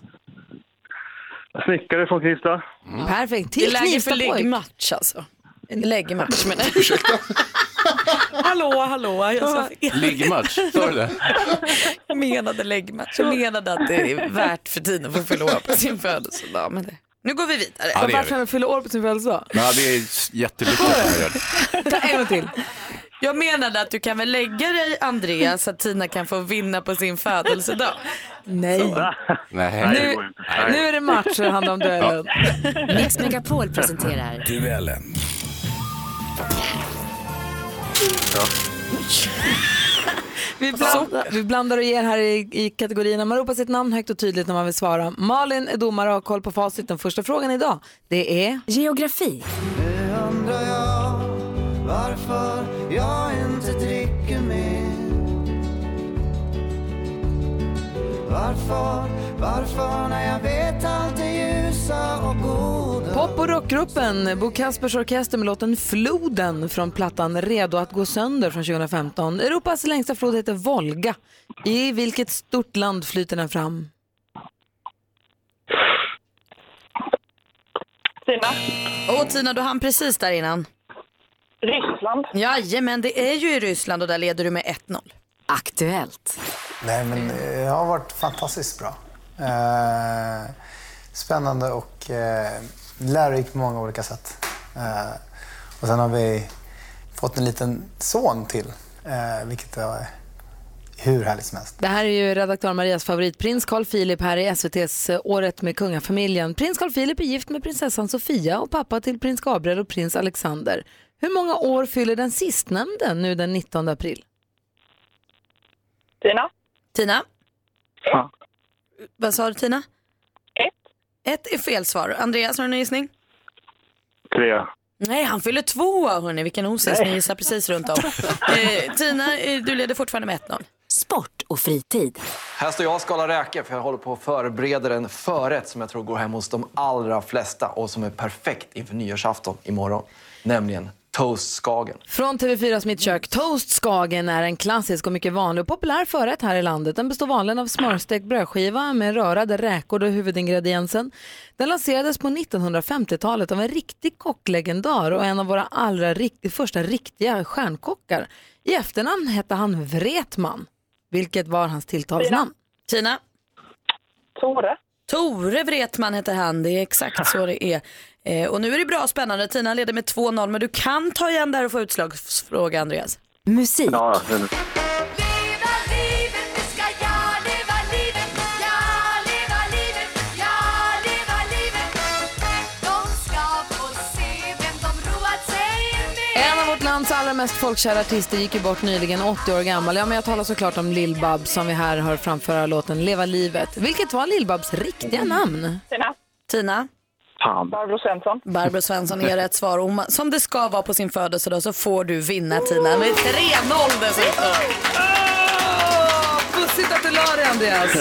N: Snickare från Knivsta.
A: Perfekt.
D: Det är
A: Till
D: läge för
A: Knivstapojk.
D: läggmatch alltså. Läggmatch menar jag. hallå, hallå. Jag sa,
C: Liggmatch, sa du det?
D: jag menade läggmatch. Jag menade att det är värt för tiden för att fylla år på sin födelsedag. Men det... Nu går vi vidare.
C: Ja, det gör
A: Varför han fyller år på sin födelsedag?
C: Nej, det är jättelyckligt att man gör det.
D: Ta en gång till. Jag menade att du kan väl lägga dig Andreas så att Tina kan få vinna på sin födelsedag.
A: Nej.
M: Nej.
A: Nu- det går inte. Nej. nu är det match som handlar om duellen.
F: Mix Megapol presenterar
O: Duellen.
A: Vi blandar, vi blandar och ger här i, i kategorierna. Man ropar sitt namn högt och tydligt när man vill svara. Malin är domare och har koll på facit. Den första frågan idag, det är... Geografi.
M: Det undrar jag varför jag inte dricker mer. Varför, varför när jag vet allt är ljusa och goda.
A: Pop och rockgruppen Bo Kaspers Orkester med låten Floden från plattan Redo att gå sönder från 2015. Europas längsta flod heter Volga. I vilket stort land flyter den fram?
D: Tina. Åh Tina, du hann precis där innan. Ryssland. Jajamän, det är ju i Ryssland och där leder du med 1-0. Aktuellt.
P: Nej, men det har varit fantastiskt bra. Eh, spännande och eh, lärorikt på många olika sätt. Eh, och sen har vi fått en liten son till, eh, vilket är hur härligt som helst.
A: Det här är ju redaktör Marias favorit, prins Carl Philip här i SVTs eh, Året med kungafamiljen. Prins Carl Philip är gift med prinsessan Sofia och pappa till prins Gabriel och prins Alexander. Hur många år fyller den sistnämnde nu den 19 april?
D: Tina. Tina. Vad sa du Tina? Ett. Ett är fel svar. Andreas, har du en gissning?
N: Tre.
D: Nej, han fyller två, hörni. Vilken osis. Ni gissar precis runt om. eh, Tina, eh, du leder fortfarande med 1-0. Sport och fritid.
Q: Här står jag och skalar räkor för jag håller på och förbereder en förrätt som jag tror går hem hos de allra flesta och som är perfekt inför nyårsafton imorgon. Nämligen toast Skagen.
A: Från TV4s Mitt kök, toast Skagen är en klassisk och mycket vanlig och populär förrätt här i landet. Den består vanligen av smörstekt brödskiva med rörade räkor och huvudingrediensen. Den lanserades på 1950-talet av en riktig kocklegendar och en av våra allra rikt- första riktiga stjärnkockar. I efternamn hette han Wretman, vilket var hans tilltalsnamn.
D: Tina? Tore. Tore Wretman heter han, det är exakt så det är. Eh, och nu är det bra och spännande, Tina leder med 2-0 men du kan ta igen där och få utslagsfråga Andreas.
F: musik.
N: Ja, men-
A: En av vårt lands allra mest folkkära artister gick ju bort nyligen, 80 år gammal. Ja, men jag talar såklart om Lill babs som vi här hör framföra låten Leva livet. Vilket var Lill babs riktiga namn?
D: Tina. Tina.
N: Fan.
D: Barbro Svensson. Barbro Svensson är rätt svar. Och ma- som det ska vara på sin födelsedag så får du vinna Tina med 3-0 dessutom.
A: Pussigt att du la dig Andreas.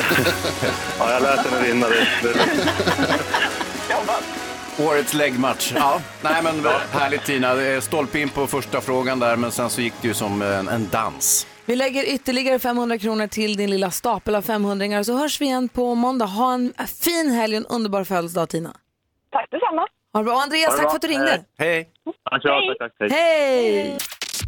N: ja, jag lät henne vinna. Det, det.
C: Årets läggmatch. Ja, nej men väl, härligt Tina. Det är Stolpe in på första frågan där, men sen så gick det ju som en, en dans.
A: Vi lägger ytterligare 500 kronor till din lilla stapel av 500 så hörs vi igen på måndag. Ha en fin helg och en underbar födelsedag Tina.
G: Tack detsamma.
A: Ha det bra. Och Andreas, tack för att du ringde.
C: Hej.
N: Ja, tack, tack.
A: Hej!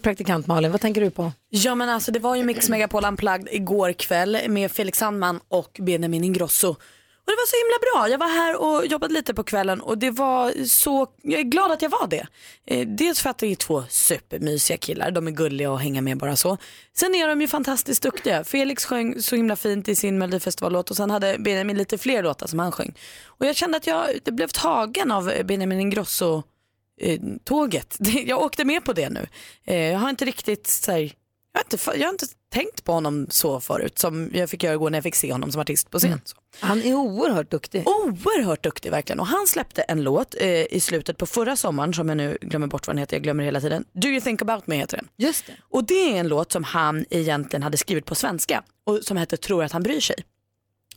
A: Praktikant Malin, vad tänker du på?
D: Ja men alltså det var ju Mix Megapol Unplugged igår kväll med Felix Sandman och Benjamin Ingrosso. Och det var så himla bra. Jag var här och jobbade lite på kvällen och det var så, jag är glad att jag var det. Eh, Dels för att det är två supermysiga killar, de är gulliga och hänga med bara så. Sen är de ju fantastiskt duktiga. Felix sjöng så himla fint i sin Melodifestivallåt och sen hade Benjamin lite fler låtar som han sjöng. Och jag kände att jag det blev tagen av Benjamin Ingrosso eh, tåget. Det- Jag åkte med på det nu. Eh, Jag har inte riktigt så här, jag har inte, fa- jag har inte tänkt på honom så förut som jag fick göra igår när jag fick se honom som artist på scen. Så.
A: Han är oerhört duktig.
D: Oerhört duktig verkligen. Och han släppte en låt eh, i slutet på förra sommaren som jag nu glömmer bort vad den heter, jag glömmer hela tiden. Do you think about me heter den.
A: Just det.
D: Och det är en låt som han egentligen hade skrivit på svenska och som hette Tror att han bryr sig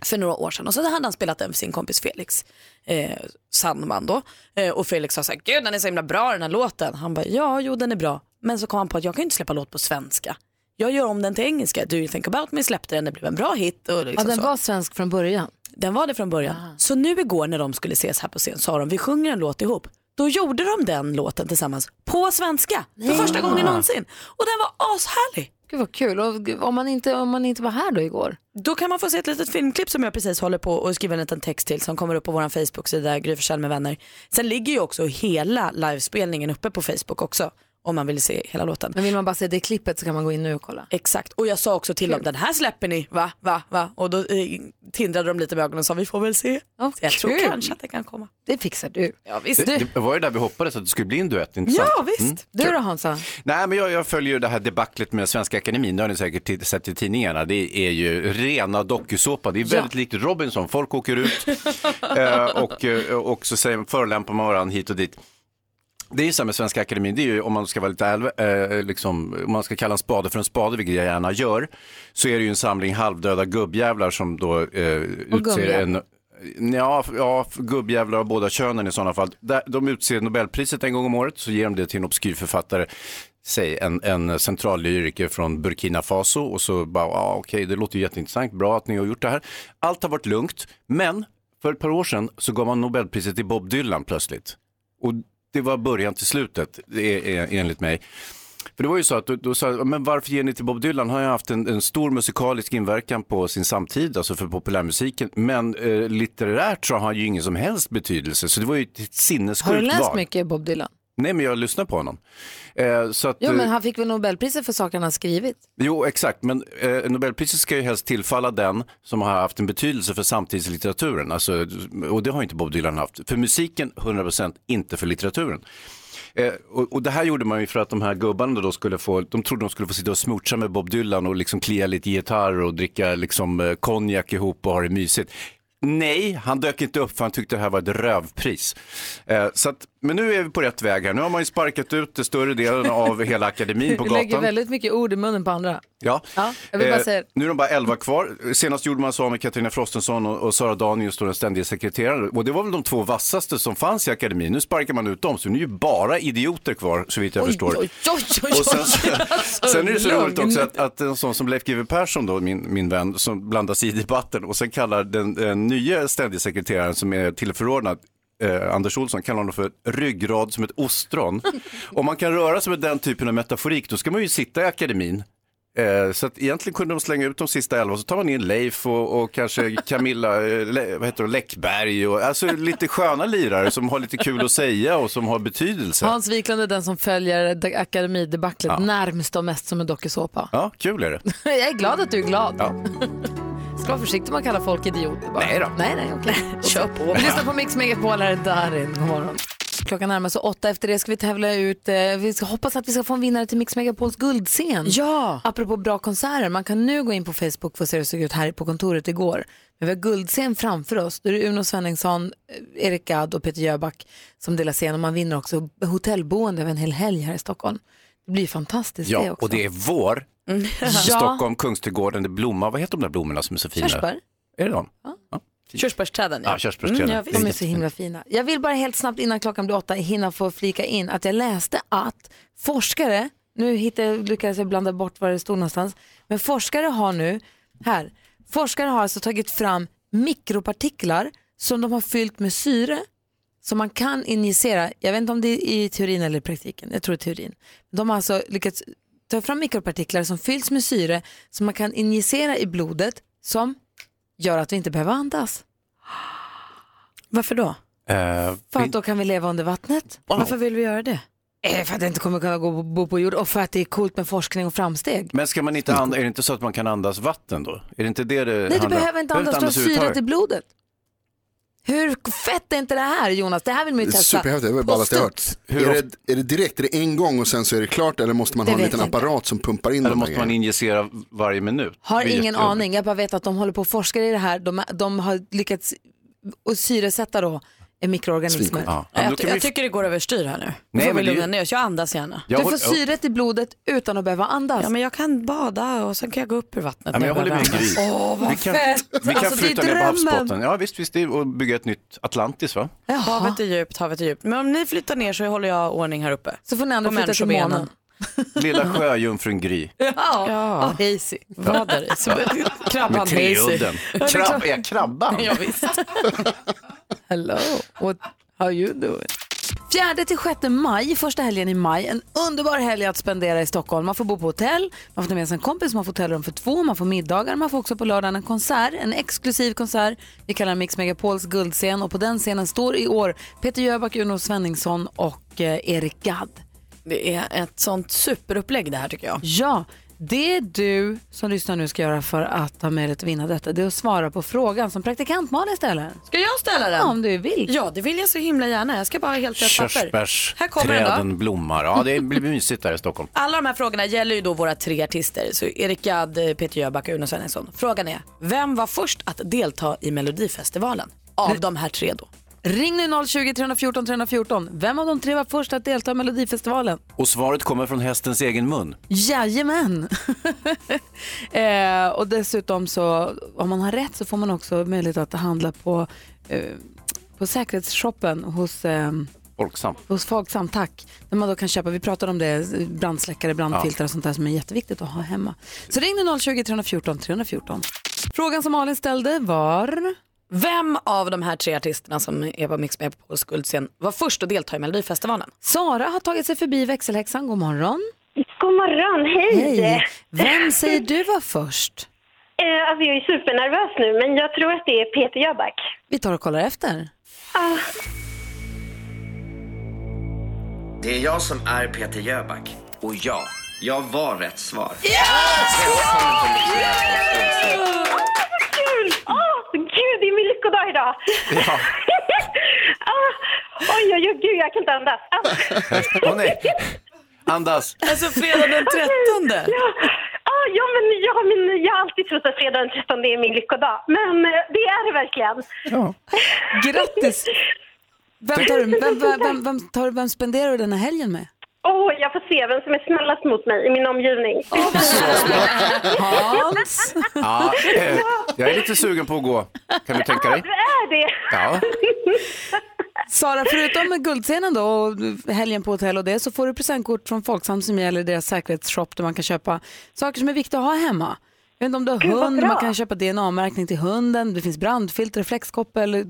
D: för några år sedan och så hade han spelat den för sin kompis Felix eh, Sandman då eh, och Felix sa så här, gud den är så himla bra den här låten. Han bara, ja jo den är bra men så kom han på att jag kan ju inte släppa låt på svenska. Jag gör om den till engelska, Do you think about me släppte den, det blev en bra hit. Och liksom
A: ja, den
D: så.
A: var svensk från början.
D: Den var det från början. Så nu igår när de skulle ses här på scen sa de, vi sjunger en låt ihop. Då gjorde de den låten tillsammans på svenska för första gången någonsin. Och den var ashärlig.
A: Gud vad kul. Och om man, inte, om man inte var här då igår?
D: Då kan man få se ett litet filmklipp som jag precis håller på och skriver en liten text till som kommer upp på vår Facebook-sida Gry Forssell med vänner. Sen ligger ju också hela livespelningen uppe på Facebook också om man vill se hela låten.
A: Men vill man bara se det klippet så kan man gå in nu och kolla.
D: Exakt, och jag sa också till dem den här släpper ni, va, va, va? Och då eh, tindrade de lite med ögonen och sa vi får väl se. så jag tror
A: kul.
D: kanske att det kan komma.
A: Det fixar du.
D: Ja,
C: Det, det var ju där vi hoppades att det skulle bli en duett, inte
A: Ja,
C: sant?
A: visst.
C: Mm.
A: Du då Hansa?
C: Nej, men jag, jag följer ju det här debaclet med Svenska Akademin, det har ni säkert t- sett i tidningarna. Det är ju rena dokusåpa, det är väldigt likt Robinson, folk åker ut eh, och, eh, och så säger, förolämpar man varandra hit och dit. Det är ju så här med Svenska Akademin, det är ju om man ska vara lite ärlig, eh, liksom, om man ska kalla en spade för en spade, vilket jag gärna gör, så är det ju en samling halvdöda gubbjävlar som då eh, utser
M: gummjävlar.
C: en Ja, f- ja, f- gubbjävlar av båda könen i sådana fall. Där- De utser Nobelpriset en gång om året, så ger de det till en obskyr författare, säg en, en central lyriker från Burkina Faso och så bara, ja okej, det låter ju jätteintressant, bra att ni har gjort det här. Allt har varit lugnt, men för ett par år sedan så gav man Nobelpriset till Bob Dylan plötsligt. Och det var början till slutet, e- e- enligt mig. För det var ju så att då, då sa jag, men varför ger ni till Bob Dylan? Han har ju haft en, en stor musikalisk inverkan på sin samtid, alltså för populärmusiken. Men eh, litterärt så har han ju ingen som helst betydelse, så det var ju ett sinnessjukt
A: Har du läst
C: val.
A: mycket Bob Dylan?
C: Nej, men jag lyssnar på honom. Eh, så att,
A: Jo, men
C: eh,
A: han fick väl Nobelpriset för saker han har skrivit?
C: Jo, exakt. Men eh, Nobelpriset ska ju helst tillfalla den som har haft en betydelse för samtidslitteraturen. Alltså, och det har inte Bob Dylan haft. För musiken 100%, inte för litteraturen. Eh, och, och det här gjorde man ju för att de här gubbarna då skulle få, de trodde de skulle få sitta och smutsa med Bob Dylan och liksom klia lite gitarr och dricka liksom eh, konjak ihop och ha det mysigt. Nej, han dök inte upp för han tyckte det här var ett rövpris. Eh, så att, men nu är vi på rätt väg här. Nu har man ju sparkat ut den större delen av hela akademin på
A: Du lägger
C: gatan.
A: väldigt mycket ord i munnen på andra.
C: Ja. Eh,
A: jag vill bara säga-
C: nu är de bara 11 kvar. Senast gjorde man så med Katarina Frostenson och, och Sara Danius, då den ständiga sekreteraren. Och det var väl de två vassaste som fanns i akademin. Nu sparkar man ut dem, så nu är ju bara idioter kvar, så vitt jag förstår.
M: oj, oj,
C: Och sen, sen är det så
M: lugn.
C: roligt också att, att en sån som Leif GW Persson, då, min, min vän, som blandar sig i debatten och sen kallar den, den nya ständige sekreteraren som är tillförordnad Eh, Anders Olsson kallar honom för ryggrad som ett ostron. Om man kan röra sig med den typen av metaforik, då ska man ju sitta i akademin. Eh, så att egentligen kunde de slänga ut de sista elva, så tar man in Leif och, och kanske Camilla eh, Le, vad heter hon, Läckberg, och, alltså lite sköna lirare som har lite kul att säga och som har betydelse.
A: Hans Wiklund är den som följer de- akademidebaclet närmst och mest som en dokusåpa.
C: Ja, kul är det.
A: Jag är glad att du är glad.
C: Ja.
A: Ska vara försiktig med att kalla folk idioter bara.
C: Nej då.
A: Nej, nej, okej. Kör på. Vi lyssnar på Mix Megapol, här är Darin. God morgon. Klockan närmar sig åtta, efter det ska vi tävla ut, eh, vi ska hoppas att vi ska få en vinnare till Mix Megapols guldscen. Ja! Apropå bra konserter, man kan nu gå in på Facebook för att se hur det såg ut här på kontoret igår. Men vi har guldscen framför oss, då är det Uno Svenningsson, eh, Erik Gadd och Peter Jöback som delar scen och man vinner också hotellboende över en hel helg här i Stockholm. Det blir fantastiskt det
C: Ja,
A: också.
C: och det är vår.
A: Ja.
C: Stockholm, Kungsträdgården, det blommar, vad heter de där blommorna som är så fina?
A: Körsbär.
C: Är det de?
D: Körsbärsträden Mm,
C: Ja, körsbärsträden.
A: jag
C: Det
A: de är så himla fina. Jag vill bara helt snabbt innan klockan blir åtta hinna få flika in att jag läste att forskare, nu hittade, lyckades jag blanda bort var det stod någonstans, men forskare har nu, här, forskare har alltså tagit fram mikropartiklar som de har fyllt med syre som man kan injicera, jag vet inte om det är i teorin eller i praktiken, jag tror i teorin. De har alltså lyckats ta fram mikropartiklar som fylls med syre som man kan injicera i blodet som gör att vi inte behöver andas. Varför då?
C: Eh,
A: För
C: vi-
A: att då kan vi leva under vattnet.
D: Varför vill vi göra det?
A: Eh, för att det inte kommer kunna gå bo på jorden och för att det är coolt med forskning och framsteg.
C: Men ska man inte and- är det inte så att man kan andas vatten då? Är det inte det det
A: Nej, du
C: handlar om?
A: behöver inte andas, du har syret i
C: överhuvudtaget.
A: blodet. Hur fett är inte det här Jonas? Det här vill man ju testa.
I: Superhäftigt, det var ballast jag
A: På
I: hört.
A: studs.
I: Är det, är det direkt, är det en gång och sen så är det klart eller måste man
A: Det
I: ha en
A: vet
I: liten
A: jag inte.
I: apparat som pumpar in de
C: Eller
I: här
C: måste man
I: grejerna?
C: injicera varje minut?
A: Har
C: Det är
A: ingen
C: jättejobbigt.
A: aning, jag bara vet att de håller på och forskar i det här. De, de har lyckats och syresätta då eh, mikroorganismer.
C: Svinkort. Ja. Ja, men
D: Jag,
C: då kan
D: jag
C: vi-
D: tycker det går överstyr här nu. Nu
C: Nej,
D: får vi
C: men det är ju-
D: lugna ner oss. Jag andas gärna.
C: Jag
A: du får
C: håller-
A: syret i blodet utan att behöva andas.
D: Ja, men jag kan bada och sen kan jag gå upp ur vattnet.
C: Ja, men jag håller med Gry.
D: Åh, vad
C: vi kan,
D: fett!
C: vi kan
D: Alltså, det är
C: flytta ner på
D: drömmen.
C: havsbotten. Ja, visst, visst, det är, och bygga ett nytt Atlantis va?
D: Havet är djupt, havet är djupt. Men om ni flyttar ner så håller jag ordning här uppe.
A: Så får ni andra
D: På
A: flytta till
D: människobenen.
A: månen.
C: Lilla sjöjungfrun Gry.
A: Ja,
D: ja.
A: och Hazy.
D: Vad är det? Så- Krabban
C: Med
D: Hazy.
C: treudden.
D: Ja, det är
C: Krabb,
D: klart.
C: är krabban?
D: Ja, visst.
A: Hello, what, how you doing? 4 till 6 maj, första helgen i maj, en underbar helg att spendera i Stockholm. Man får bo på hotell, man får ta med sig en kompis, man får hotellrum för två, man får middagar, man får också på lördagen en konsert, en exklusiv konsert. Vi kallar den Mix Megapols guldscen och på den scenen står i år Peter Jöback, Uno Svenningsson och eh, Erik Gadd.
O: Det är ett sånt superupplägg det här tycker jag.
A: Ja, det du som lyssnar nu ska göra för att ha möjlighet att vinna detta, det är att svara på frågan som praktikant Malin ställer.
O: Ska jag ställa den?
A: Ja, om du vill.
O: Ja, det vill jag så himla gärna. Jag ska bara ha helt rätt papper. Här kommer den då.
C: Körsbärsträden blommar. Ja, det blir mysigt där i Stockholm.
O: Alla de här frågorna gäller ju då våra tre artister. Så Erik Gadd, Peter Jöback och Uno Svenningsson. Frågan är, vem var först att delta i Melodifestivalen? Av de här tre då.
A: Ring nu 020 314 314. Vem av de tre var först att delta i Melodifestivalen?
C: Och svaret kommer från hästens egen mun.
A: Jajamän! eh, och dessutom så, om man har rätt så får man också möjlighet att handla på, eh, på säkerhetsshoppen hos ehm,
C: Folksam.
A: Hos Folksam, tack. Där man då kan köpa, vi pratade om det, eh, brandsläckare, brandfilter och sånt där som är jätteviktigt att ha hemma. Så ring nu 020 314 314. Frågan som Malin ställde var?
O: Vem av de här tre artisterna som är på Mix Megapols guldscen var först att delta i Melodifestivalen?
A: Sara har tagit sig förbi växelhäxan, god morgon.
R: God morgon, hej!
A: Hej. Vem säger du var först?
R: Eh, alltså jag är supernervös nu, men jag tror att det är Peter Jöback.
A: Vi tar och kollar efter.
R: Ah,
S: Det är jag som är Peter Jöback. Och ja, jag var rätt svar.
R: vad kul! Åh, gud, det är min lyckodag idag! ah, oj, oj, oj, gud, jag kan inte andas. Ah,
C: Åh nej! Andas.
O: Alltså fredag den 13.
R: ja. Ah, ja, men jag har, min, jag har alltid trott att fredag den 13 är min lyckodag, men eh, det är det verkligen.
A: Ja. Grattis! Vem, tar du, vem, vem, vem, vem, tar, vem spenderar du den här helgen med?
R: Åh, jag får se vem som är snällast mot mig i min omgivning.
A: Hans?
C: Ja, eh, jag är lite sugen på att gå. Kan du tänka dig?
R: Du är det!
C: Ja.
A: Sara, förutom med guldscenen då och helgen på hotell och det så får du presentkort från Folksam som gäller deras säkerhetsshop där man kan köpa saker som är viktiga att ha hemma. Jag vet inte om du
R: Gud,
A: har
R: vad
A: hund,
R: bra.
A: man kan köpa DNA-märkning till hunden, det finns brandfilter, reflexkoppel,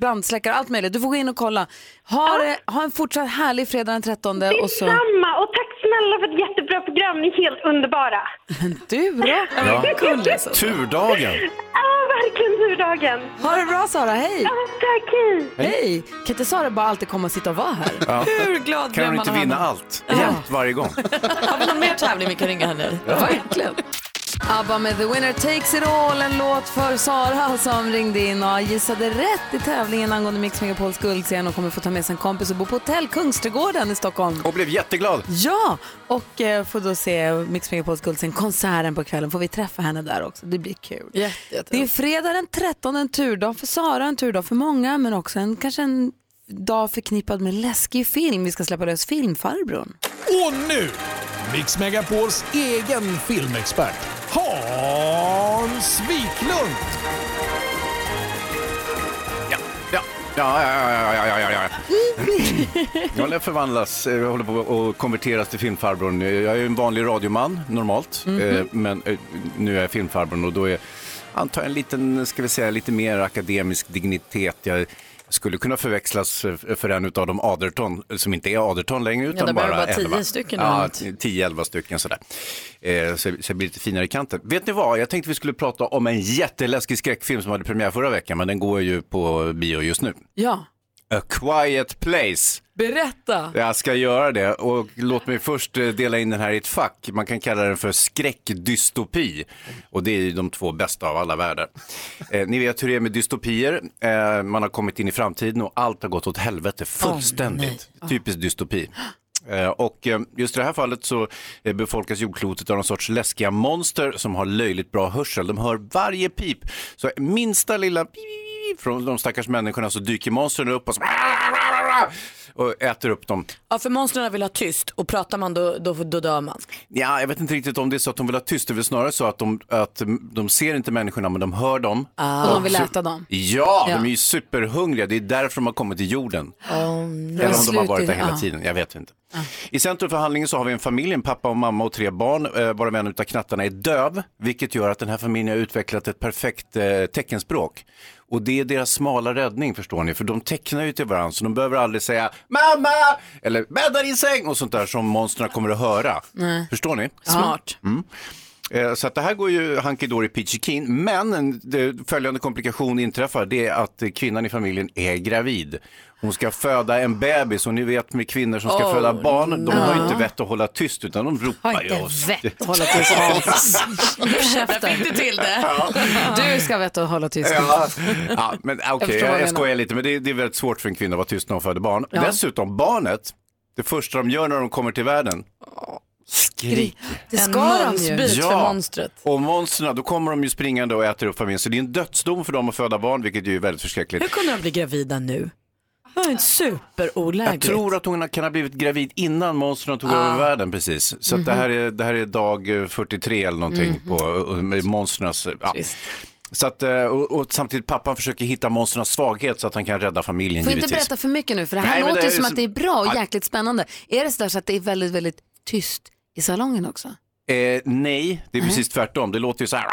A: brandsläckare, allt möjligt. Du får gå in och kolla. Ha, det, ha en fortsatt härlig fredag den 13 och så...
R: Detsamma! Och tack snälla för ett jättebra program. Ni är helt underbara.
A: Men du då?
C: Ja.
A: alltså.
C: Turdagen.
R: Ja, verkligen turdagen.
A: Ha det bra Sara, hej!
R: Ja, tack, hej!
A: Hej! Kan inte Sara bara alltid komma och sitta och vara här?
C: Ja.
O: Hur glad
C: Kan
O: blev
C: hon
O: man
C: inte
O: av
C: vinna
O: henne?
C: allt? Jämt varje gång.
O: Har vi någon mer tävling vi kan ringa henne i?
A: Verkligen. ABBA med The Winner Takes It All, en låt för Sara som ringde in och gissade rätt i tävlingen angående Mix Megapols guldscen och kommer få ta med sig en kompis och bo på hotell Kungsträdgården i Stockholm.
C: Och blev jätteglad.
A: Ja, och eh, får då se Mix Megapols guldscen, konserten på kvällen, får vi träffa henne där också. Det blir kul. Det är fredag den 13, en turdag för Sara, en turdag för många, men också en, kanske en dag förknippad med läskig film. Vi ska släppa lös filmfarbrorn.
T: Och nu, Mix Megapols egen filmexpert, Hans Wiklund!
C: Ja, ja, ja, ja, ja, ja, ja, ja. Jag håller förvandlas, eh, jag håller på att konverteras till filmfarbrorn. Jag är ju en vanlig radioman normalt,
U: Mhm.
C: eh, men eh, nu är jag filmfarbrorn och då är antar jag en liten, ska vi säga, lite mer akademisk dignitet. Jag skulle kunna förväxlas eh, för en utav de Aderton, eh, som inte är Aderton längre utan
O: de
C: bara
O: behöver bara tio
C: 11.
O: stycken eller
C: Ja,
O: något.
C: 10-11 stycken sådär. Eh, så, så det blir lite finare i kanten. Vet ni vad, jag tänkte vi skulle prata om en jätteläskig skräckfilm som hade premiär förra veckan, men den går ju på bio just nu.
A: Ja,
C: A Quiet Place.
A: berätta!
C: Jag ska göra det och låt mig först eh, dela in den här i ett fack. Man kan kalla den för skräckdystopi och det är ju de två bästa av alla världar. Eh, ni vet hur det är med dystopier. Eh, man har kommit in i framtiden och allt har gått åt helvete fullständigt. Typisk dystopi. Eh, Och eh, just i det här fallet så eh, befolkas jordklotet av någon sorts läskiga monster som har löjligt bra hörsel. De hör varje pip, så minsta lilla pip från de stackars människorna så dyker monstren upp och, så, Ah! och äter upp dem.
O: Ja, för monstren vill ha tyst och pratar man då, då, då dör man.
C: Ja, jag vet inte riktigt om det är så att de vill ha tyst, det är väl snarare så att de, att de ser inte människorna men de hör dem.
A: Och Ah, de vill
C: så-
A: äta dem.
C: Ja,
A: Ja.
C: de är ju superhungriga, det är därför de har kommit till jorden. Eller om de har
A: Slut i-
C: varit där hela
A: ja.
C: tiden, jag vet inte. I centrum för handlingen så har vi en familj, en pappa och mamma och tre barn, eh, varav en utav knattarna är döv, vilket gör att den här familjen har utvecklat ett perfekt eh, teckenspråk. Och det är deras smala räddning förstår ni, för de tecknar ju till varandra så de behöver aldrig säga mamma eller bädda din säng och sånt där som monstren kommer att höra.
A: Nej.
C: Förstår ni?
A: Smart.
C: Mm. Eh, Så att det här går ju hunky dory peachy keen, men en det, följande komplikation inträffar, det är att eh, kvinnan i familjen är gravid. Hon ska föda en bebis och ni vet med kvinnor som ska
A: Oh,
C: föda barn, de har ju
A: no.
C: inte vett att hålla tyst utan de
A: Har
C: ropar ju.
A: inte
C: och-
A: vett att hålla tyst. Där
D: fick du till det.
A: Du ska veta att hålla tyst.
C: Ja, ja, men
A: förstår vad
C: okej,
A: du
C: jag,
A: menar.
C: jag skojar lite, men det, det är väldigt svårt för en kvinna att vara tyst när hon föder barn.
A: Ja.
C: Dessutom, barnet, det första de gör när de kommer till världen, skrik.
D: Det
A: ska de ju.
C: Och monstren, då kommer de ju springande och äter upp familjen. Så det är en dödsdom för dem att föda barn, vilket ju är väldigt förskräckligt.
D: Hur kunde de bli gravida nu? Det var ju superolägligt.
C: Jag tror att hon kan ha blivit gravid innan monstren tog
D: Ah.
C: över världen precis. Så att det,
A: Mhm.
C: här är, det här är dag eh, 43 eller någonting
D: Mhm.
C: på eh, med monstrens... eh, Ja. Så att, eh, och, och samtidigt pappan försöker hitta monstrens svaghet så att han kan rädda familjen
A: Får inte
C: givetvis.
A: berätta för mycket nu för det här
C: Nej, men
A: låter
C: det
A: ju
C: är
A: som
C: så-
A: att det är bra och
C: Ja.
A: jäkligt spännande. Är det så, där så att det är väldigt, väldigt tyst i salongen också?
C: Eh, nej,
A: Mhm.
C: det är precis tvärtom. Det låter ju så här.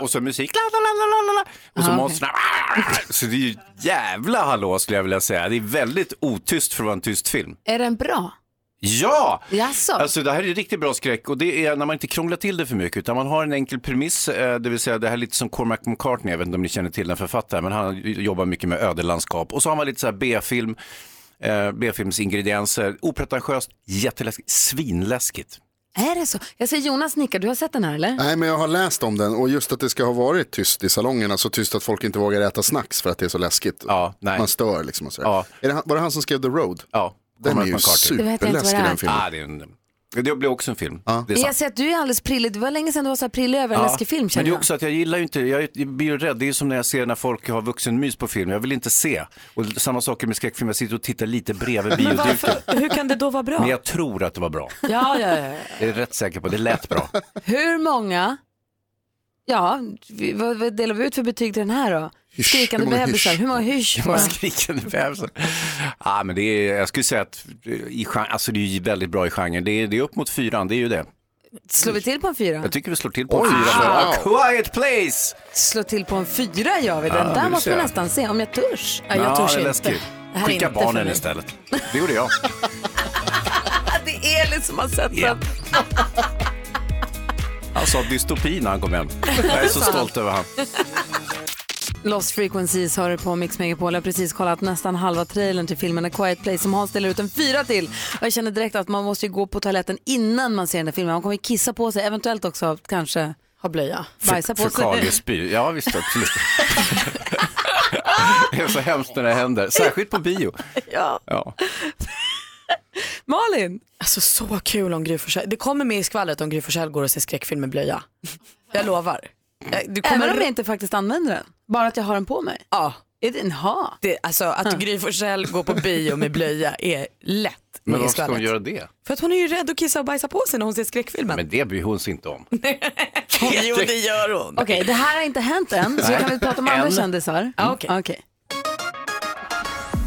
C: Och så musik. la, la, la, la, la, la. Och så
A: Ah, okej.
C: monstren. Så det är ju jävla hallå skulle jag vilja säga. Det är väldigt otyst för att vara en tyst film.
A: Är den bra?
C: Ja!
A: Jaså?
C: Alltså det här är riktigt bra skräck och det är när man inte krånglar till det för mycket utan man har en enkel premiss, eh, det vill säga det här är lite som Cormac McCartney, jag vet inte om ni känner till den författaren, men han jobbar mycket med ödelandskap och så har man lite så här B-film, eh, B-films ingredienser, opretentiöst, jätteläskigt, svinläskigt.
A: Är det så? Jag ser Jonas nickar, du har sett den här eller?
I: Nej, men jag har läst om den och just att det ska ha varit tyst i salongerna, så tyst att folk inte vågar äta snacks för att det är så läskigt. Man stör liksom och sådär. Är det, han- var det han som skrev The Road?
C: Ja.
I: Den är
C: Cormac
I: ju
C: McCarthy.
I: superläskig den filmen.
C: Ah, det, är en, det blir också en film. Det är sant.
A: Jag ser att du är alldeles prillig, det var länge sedan du var så här prillig över en
C: Ja,
A: läskig film
C: Men
A: känner
C: det är
A: jag.
C: också att jag gillar ju inte, jag blir ju rädd, det är ju som när jag ser när folk har vuxenmys på film, jag vill inte se. Och samma saker med skräckfilm, jag sitter och tittar lite bredvid
D: Men
C: bioduken.
D: varför, hur kan det då vara
C: Men
D: bra?
C: jag tror att det var bra.
D: Ja, ja, ja.
C: Jag är rätt säker på, det lät bra.
A: Hur många, ja, vi- vad, vad delar vi ut för betyg till den här då?
C: Hysch.
A: Skrikande
C: Hur många
A: bebisar,
C: hysch?
A: hur många hysch?
C: Det var skrikande bebisar. Ja, men det är, jag skulle säga att i gen- alltså det är ju väldigt bra i genren, det är, det är upp mot fyran, det är ju det.
A: Slår vi till på en fyra?
C: Jag tycker vi slår till på
A: Oj,
C: en fyra.
A: wow.
C: A quiet place!
A: Slå till på en fyra gör vi
C: Ja,
A: den.
C: det
A: Där
C: vill
A: måste vi
C: säga.
A: nästan se om jag törs. Ja,
C: Ja,
A: jag törs
C: det är
A: inte.
C: läskigt.
A: Det här är
C: Skicka
A: inte för
C: barnen
A: mig.
C: istället. Det gjorde jag.
A: Det är Elin som har sett den.
C: Han sa dystopi när han kom hem. Jag är så stolt över han.
A: Lost Frequencies hör du på Mix Megapol. Jag har precis kollat nästan halva trailern till filmen A Quiet Place som Hans delar ut en fyra till. Och jag känner direkt att man måste ju gå på toaletten innan man ser den här filmen. Man kommer ju kissa på sig, eventuellt också kanske
D: ha blöja.
A: Bajsa på sig.
C: Typ Fekaliespy. Ja, visst, absolut. det är så hemskt när det händer, särskilt på bio.
D: Ja.
C: Ja.
A: Malin!
D: Alltså så kul om Gry Forssell- Det kommer med i skvallret om Gry Forssell går och ser skräckfilm med blöja. Jag lovar. Eh, Du
A: Även om jag inte faktiskt använder den. Bara att jag har den på mig.
D: Ja.
A: Är det en ha?
D: Det, alltså att Gry Forssell går på bio med blöja är lätt
C: Men
D: med i
C: varför ska hon
D: skvallret.
C: göra det?
D: För att hon är ju rädd att kissa och bajsa på sig när hon ser skräckfilmen.
C: Men det bryr hon sig inte om.
D: jo det gör hon.
A: Okej, det här har inte hänt än, så
C: Nej.
A: kan vi prata om andra
C: Än.
A: kändisar.
D: Ja, okej.
A: Okej.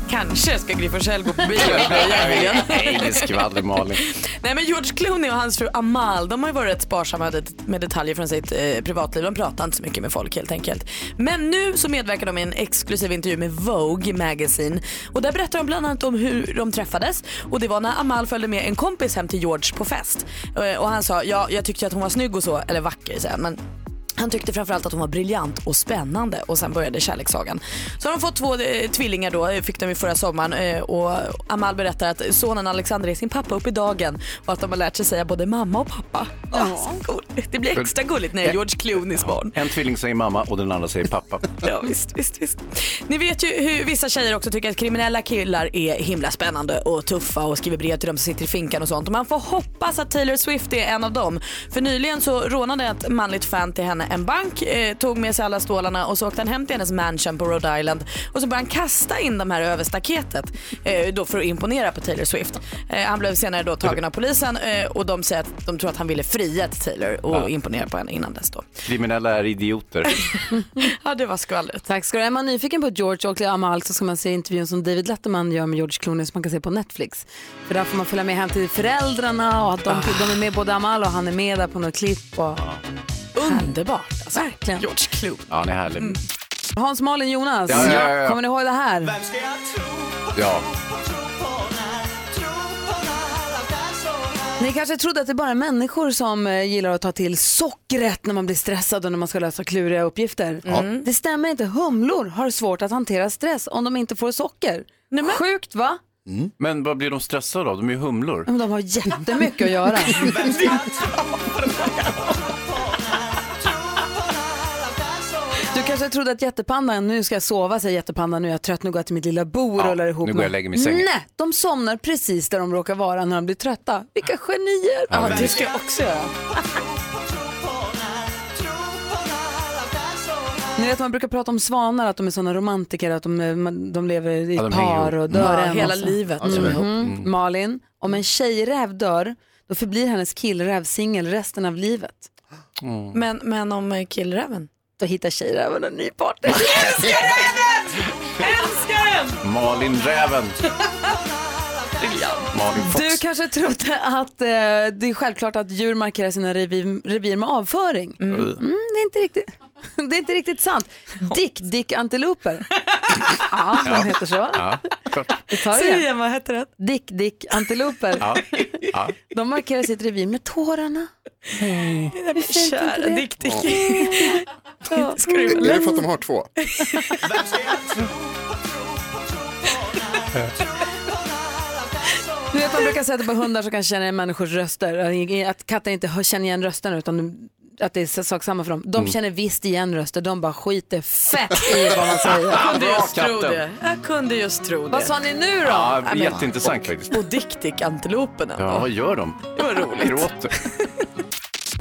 D: Kanske ska Gry Forssell gå på bio med blöja i helgen.
C: Nej, det är skvaller, Malin.
D: Nej men George Clooney och hans fru Amal, de har ju varit rätt sparsamma det- med detaljer från sitt eh, privatliv. De pratar inte så mycket med folk helt enkelt. Men nu så medverkar de i en exklusiv intervju med Vogue Magazine. Och där berättar de bland annat om hur de träffades. Och det var när Amal följde med en kompis hem till George på fest. Eh, och han sa, ja jag tyckte ju att hon var snygg och så, eller vacker säger han. Men han tyckte framförallt att hon var briljant och spännande och sen började kärlekssagan. Så har de fått två eh, tvillingar då, eh, fick de ju förra sommaren eh, och Amal berättar att sonen Alexander är sin pappa upp i dagen och att de har lärt sig säga både mamma och pappa. Åh, så gulligt. det blir extra gulligt när det är George Clooneys barn.
C: En tvilling säger mamma och den andra säger pappa.
D: Ja, visst, visst, visst. Ni vet ju hur vissa tjejer också tycker att kriminella killar är himla spännande och tuffa och skriver brev till dem som sitter i finkan och sånt. Och man får hoppas att Taylor Swift är en av dem. För nyligen så rånade ett manligt fan till henne en bank, eh, tog med sig alla stålarna och så åkte han hem till hennes mansion på Rhode Island och så började han kasta in de här över staketet eh, då för att imponera på Taylor Swift. Eh, han blev senare då tagen av polisen eh, och de säger att de tror att han ville fria till Taylor och
C: Ja.
D: imponera på henne innan dess då.
C: Kriminella är idioter.
D: Ja, det var skvallret.
A: Tack ska du ha. Är man nyfiken på George och Amal så ska man se intervjun som David Letterman gör med George Clooney som man kan se på Netflix. För där får man följa med hem till föräldrarna och att
C: Ah.
A: de, de är med både Amal och han är med där på något klipp. Och...
D: Underbart.
C: alltså.
A: Verkligen.
D: George Clooney.
C: Ja, han är härlig.
A: Hans Malin Jonas,
C: Ja, ja, ja, ja.
A: kommer ni ihåg det här?
C: Ja.
A: Ni kanske trodde att det bara är människor som eh, gillar att ta till sockret när man blir stressad och när man ska lösa kluriga uppgifter.
V: Ja.
A: Mm. Det stämmer inte. Humlor har svårt att hantera stress om de inte får socker. Sjukt va?
C: Men vad blir de stressade av? De är ju humlor.
A: Men de har jättemycket att göra. Du kanske trodde att jättepandan, nu ska jag sova säger jättepandan, nu är jag trött, nu går jag till mitt lilla bo och
C: Ja,
A: rullar ihop
C: nu går
A: mig.
C: jag och lägger mig i sängen.
A: Nej, de somnar precis där de råkar vara när de blir trötta. Vilka genier!
C: Ja,
A: Ja, det
C: verkligen.
A: ska jag också göra. Ni vet man brukar prata om svanar, att de är sådana romantiker, att de, man- de lever i
D: Ja, de hänger
A: par
D: ihop.
A: och dör
D: Ja,
A: en och
D: hela
A: så.
D: livet.
A: Mhm.
D: Absolut. Mm.
A: Malin, om en tjejräv dör, då förblir hennes killräv singel resten av livet.
D: Men, men om eh, killräven?
A: Då hittar tjejräven en ny partner.
D: Älskar den!
C: Malin Räven. Malin Fox.
A: Du kanske trodde att eh, det är självklart att djur markerar sina revir, revir med avföring. Mm. det, är inte riktigt, det är inte riktigt sant. Dick Dick Antiloper. ja, den heter så.
C: Ja.
A: Vi tar det
D: Säg
A: igen.
D: igen, vad heter den?
A: Dick Dick Antiloper.
C: Ja. Ja.
A: De markerar sitt revir med tårarna. Hur fint är inte
D: Kära
A: det?
D: Dick Dick.
A: Ja.
I: Är det för att de har två?
A: Du vet man brukar säga att det är bara hundar som kan känna igen människors röster. Att katter inte hör- känner igen rösterna utan att det är sak samma för dem. De
D: Mm.
A: känner visst igen röster, de bara skiter fett i vad man säger.
D: Jag kunde just tro det. Jag kunde just tro det.
A: Vad sa ni nu då?
C: Ja,
D: Nej, men-
C: jätteintressant faktiskt.
D: Och Dick Dick antilopen ändå.
C: Ja, vad gör de?
D: Det var roligt.
C: Gråter.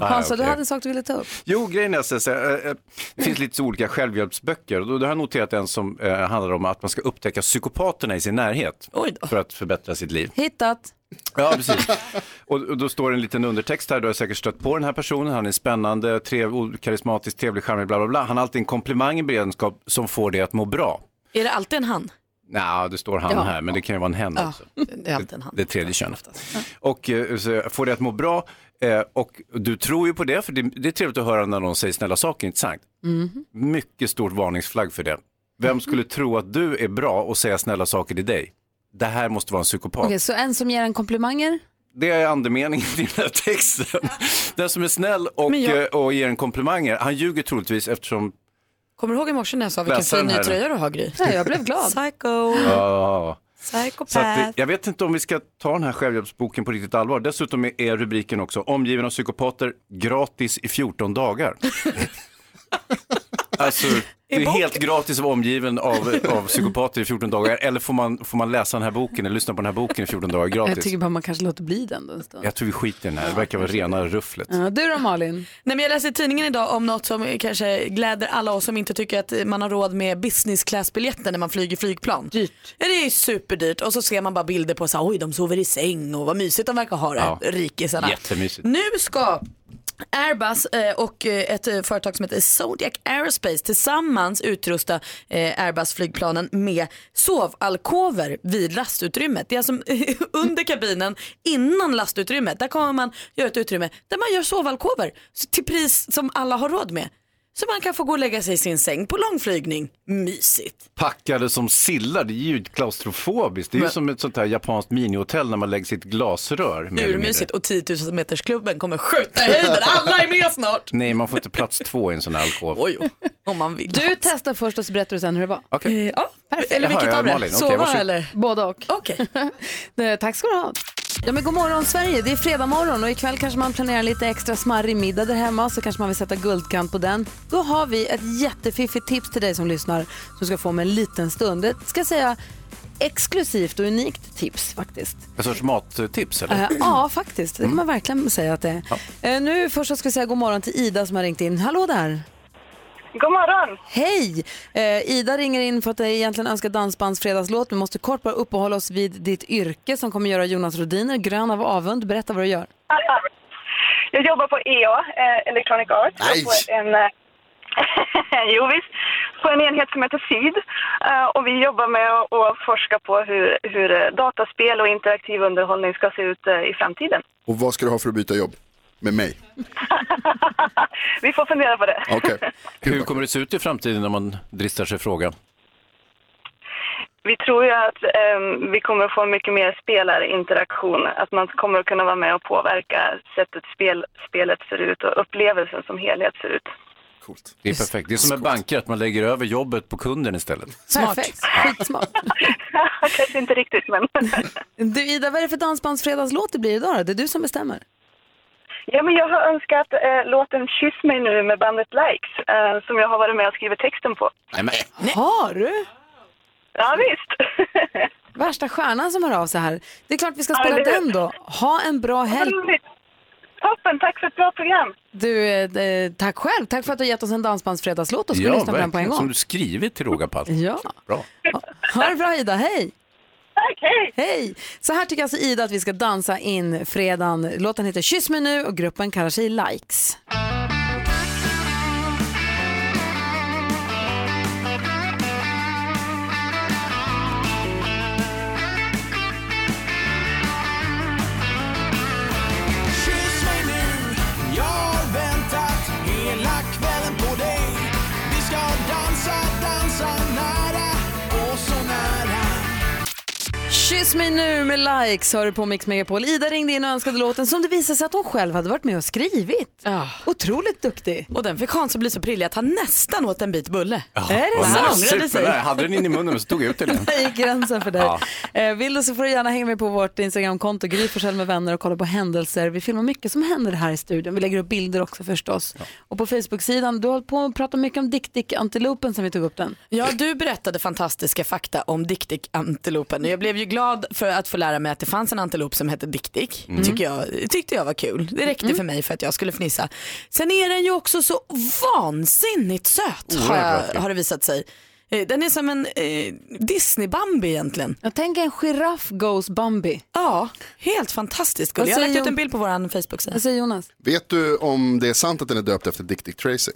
C: Nej,
A: Hansa, du
C: okej.
A: hade en sak du ville ta upp.
C: Jo, grejen är så här, så här, eh, eh, det finns lite så olika självhjälpsböcker. Och Då, då har jag noterat en som eh, handlar om att man ska upptäcka psykopaterna i sin närhet för att förbättra sitt liv.
A: Hittat.
C: Ja, precis. Och, och då står det en liten undertext här, du har säkert stött på den här personen, han är spännande, trev, karismatisk, trevlig, charmig, bla bla bla. Han har alltid en komplimang i beredskap som får dig att må bra.
D: Är det alltid en han?
C: Nej, det står han
D: Ja.
C: här, men det kan ju vara en hen
D: Ja,
C: också.
D: det är alltid en han.
C: Det tredje könet. Och eh, så får det att må bra. eh, Och du tror ju på det, för det, det är trevligt att höra när någon säger snälla saker, inte sant?
D: Mhm.
C: Mycket stort varningsflagg för det. Vem skulle tro att du är bra och säga snälla saker till dig? Det här måste vara en psykopat.
A: Okej, så en som ger en komplimanger?
C: Det är andemeningen i den här texten. Den som är snäll och,
D: Men jag-
C: eh, och ger en komplimanger, han ljuger troligtvis eftersom...
D: Kommer du ihåg i morse när jag sa vilken
C: Läsa
D: fin
C: den
D: ny
C: här.
D: tröja du har Gry?
A: Ja, jag blev glad.
D: Psycho.
C: Ja. Så att, eh,
D: Psychopath.
C: jag vet inte om vi ska ta den här självhjälpsboken på riktigt allvar. Dessutom är- är rubriken också Omgiven av psykopater, gratis i 14 dagar. alltså, det är helt gratis att vara omgiven av, av psykopater i 14 dagar. Eller får man, får man läsa den här boken eller lyssna på den här boken i 14 dagar
A: Jag
C: gratis?
A: tycker bara man kanske låter bli den då en stund.
C: Jag tror vi skiter i den här, det verkar vara rena rufflet.
A: Ja, du då Malin?
D: Nej, men jag läste i tidningen idag om något som kanske gläder alla oss som inte tycker att man har råd med business class-biljetter när man flyger flygplan. Dyrt. Ja, det är superdyrt och så ser man bara bilder på så här, oj de sover i säng och vad mysigt de verkar ha det,
V: Ja.
D: rikisarna.
V: Jättemysigt.
D: Nu ska Airbus eh, och eh, ett eh, företag som heter Zodiac Aerospace tillsammans utrusta eh, Airbus-flygplanen med sovalkover vid lastutrymmet. Det är alltså under kabinen innan lastutrymmet. Där kommer man göra ett utrymme där man gör sovalkover s- till pris som alla har råd med. Så man kan få gå och lägga sig i sin säng på långflygning. Mysigt.
C: Packade som sillar, det är ju klaustrofobiskt. Det är ju
D: Men-
C: som ett sånt här japanskt minihotell när man lägger sitt glasrör. mer eller mindre.
D: Urmysigt och 10 000 metersklubben kommer skjuta i höjden. Alla är med snart.
C: Nej, man får inte plats två i en sån här alkov.
D: Oj, Om man vill.
A: Du testar först och så berättar du sen hur det var.
C: Okej.
D: Ja,
A: perfekt.
C: Eh, Eller vilket Jaha, ja, av det? Malin, okej, Sova varsågod. eller?
A: Både och.
D: Okej.
A: Tack ska du ha. Ja, men god morgon Sverige, det är fredag morgon och ikväll kanske man planerar lite extra smarrig middag där hemma så kanske man vill sätta guldkant på den. Då har vi ett jättefiffigt tips till dig som lyssnar som du ska få med en liten stund. Det ska jag säga exklusivt och unikt tips faktiskt.
C: En sorts mattips eller?
A: Eh, ja, faktiskt. Det kan man verkligen säga att det är. Eh, nu först så ska vi säga god morgon till Ida som har ringt in. Hallå där!
U: God morgon!
A: Hej! Eh, Ida ringer in för att jag egentligen önskar dansbandsfredagslåt. Vi måste kort bara uppehålla oss vid ditt yrke som kommer göra Jonas Rodiner grön av avund. Berätta vad du gör.
U: Jag jobbar på EA, eh, Electronic Arts.
A: Nej.
U: På en, eh, jo, visst. På en enhet som heter SID. Eh, och vi jobbar med att- att forska på hur, hur eh, dataspel och interaktiv underhållning ska se ut eh, i framtiden.
I: Och vad ska du ha för att byta jobb? med mig.
U: Vi får fundera på det.
C: Hur kommer det se ut i framtiden om man dristar sig fråga?
U: Vi tror ju att ehm, vi kommer få mycket mer spelarinteraktion. Att man kommer att kunna vara med och påverka sättet spel, spelet ser ut och upplevelsen som helhet ser ut.
C: Det är perfekt. Det är som med banker, att man lägger över jobbet på kunden istället.
A: Perfekt. Skitsmart.
U: Kanske inte riktigt, men...
A: du Ida, vad är det för dansbandsfredagslåt det blir idag då? Det är du som bestämmer.
U: Ja, men jag har önskat eh, låten Kyss mig nu med bandet Likes eh, som jag har varit med och skrivit texten på.
C: Nej, men...
A: Har du?
U: Ja, visst.
A: Värsta stjärnan som hör av sig här. Det är klart vi ska
U: Ja,
A: spela
U: eller hur?
A: den då. Ha en bra helg.
U: Toppen, tack för ett bra program.
A: Du, eh, tack själv. Tack för att du har gett oss en dansbandsfredagslåt och ska lyssna på den på en
C: verkligen.
A: gång.
C: Som du skrivit till råga på allt.
A: Ja.
C: Bra.
A: Ha det bra Ida, hej! Tack, hej! Hej! Så här tycker alltså Ida att vi ska dansa in fredagen. Låten heter Kyss mig nu och gruppen kallar sig Likes.
W: Kyss mig nu, jag har väntat hela kvällen på dig. Vi ska dansa, dansa nära och så nära.
A: Kyss mig nu med Likes hör du på Mix Megapol. Ida ringde in och önskade låten som det visade sig att hon själv hade varit med och skrivit. Otroligt duktig.
D: Och den fick Hans att bli så prillig att han nästan åt en bit bulle.
A: Är det
C: Vad
A: sant?
C: nice.
A: Ångrade sig.
C: Super. Jag hade den in i munnen men så tog jag ut den. igen.
A: Där gick gränsen för dig.
C: Ja.
A: Eh, Vill du så får du gärna hänga med på vårt Instagramkonto, Gry Forssell med vänner och kolla på händelser. Vi filmar mycket som händer här i studion. Vi lägger upp bilder också förstås. Och på Facebook-sidan, du har hållit på att prata mycket om Dick Dick Antilopen sen vi tog upp den.
D: Ja, du berättade fantastiska fakta om Dick Dick antilopen. Jag blev ju glad för att få lära mig att det fanns en antilop som hette Dick Dick.
X: Mm.
D: Tycker jag, tyckte jag var kul. Det räckte för mig för att jag skulle fnissa. Sen är den ju också så vansinnigt söt har,
X: Oerhört
D: jag,
X: vacker.
D: har det visat sig. Eh, Den är som en eh, Disney-Bambi egentligen.
A: Jag tänker en giraff goes Bambi.
D: Ja, helt fantastiskt.
A: Vad
D: Gullig. Jag har
A: säger
D: lagt ut
A: Jon-
D: en bild på vår Facebook-sida.
A: Vad säger Jonas?
I: Vet du om det är sant att den är döpt efter Dick Dick Tracy?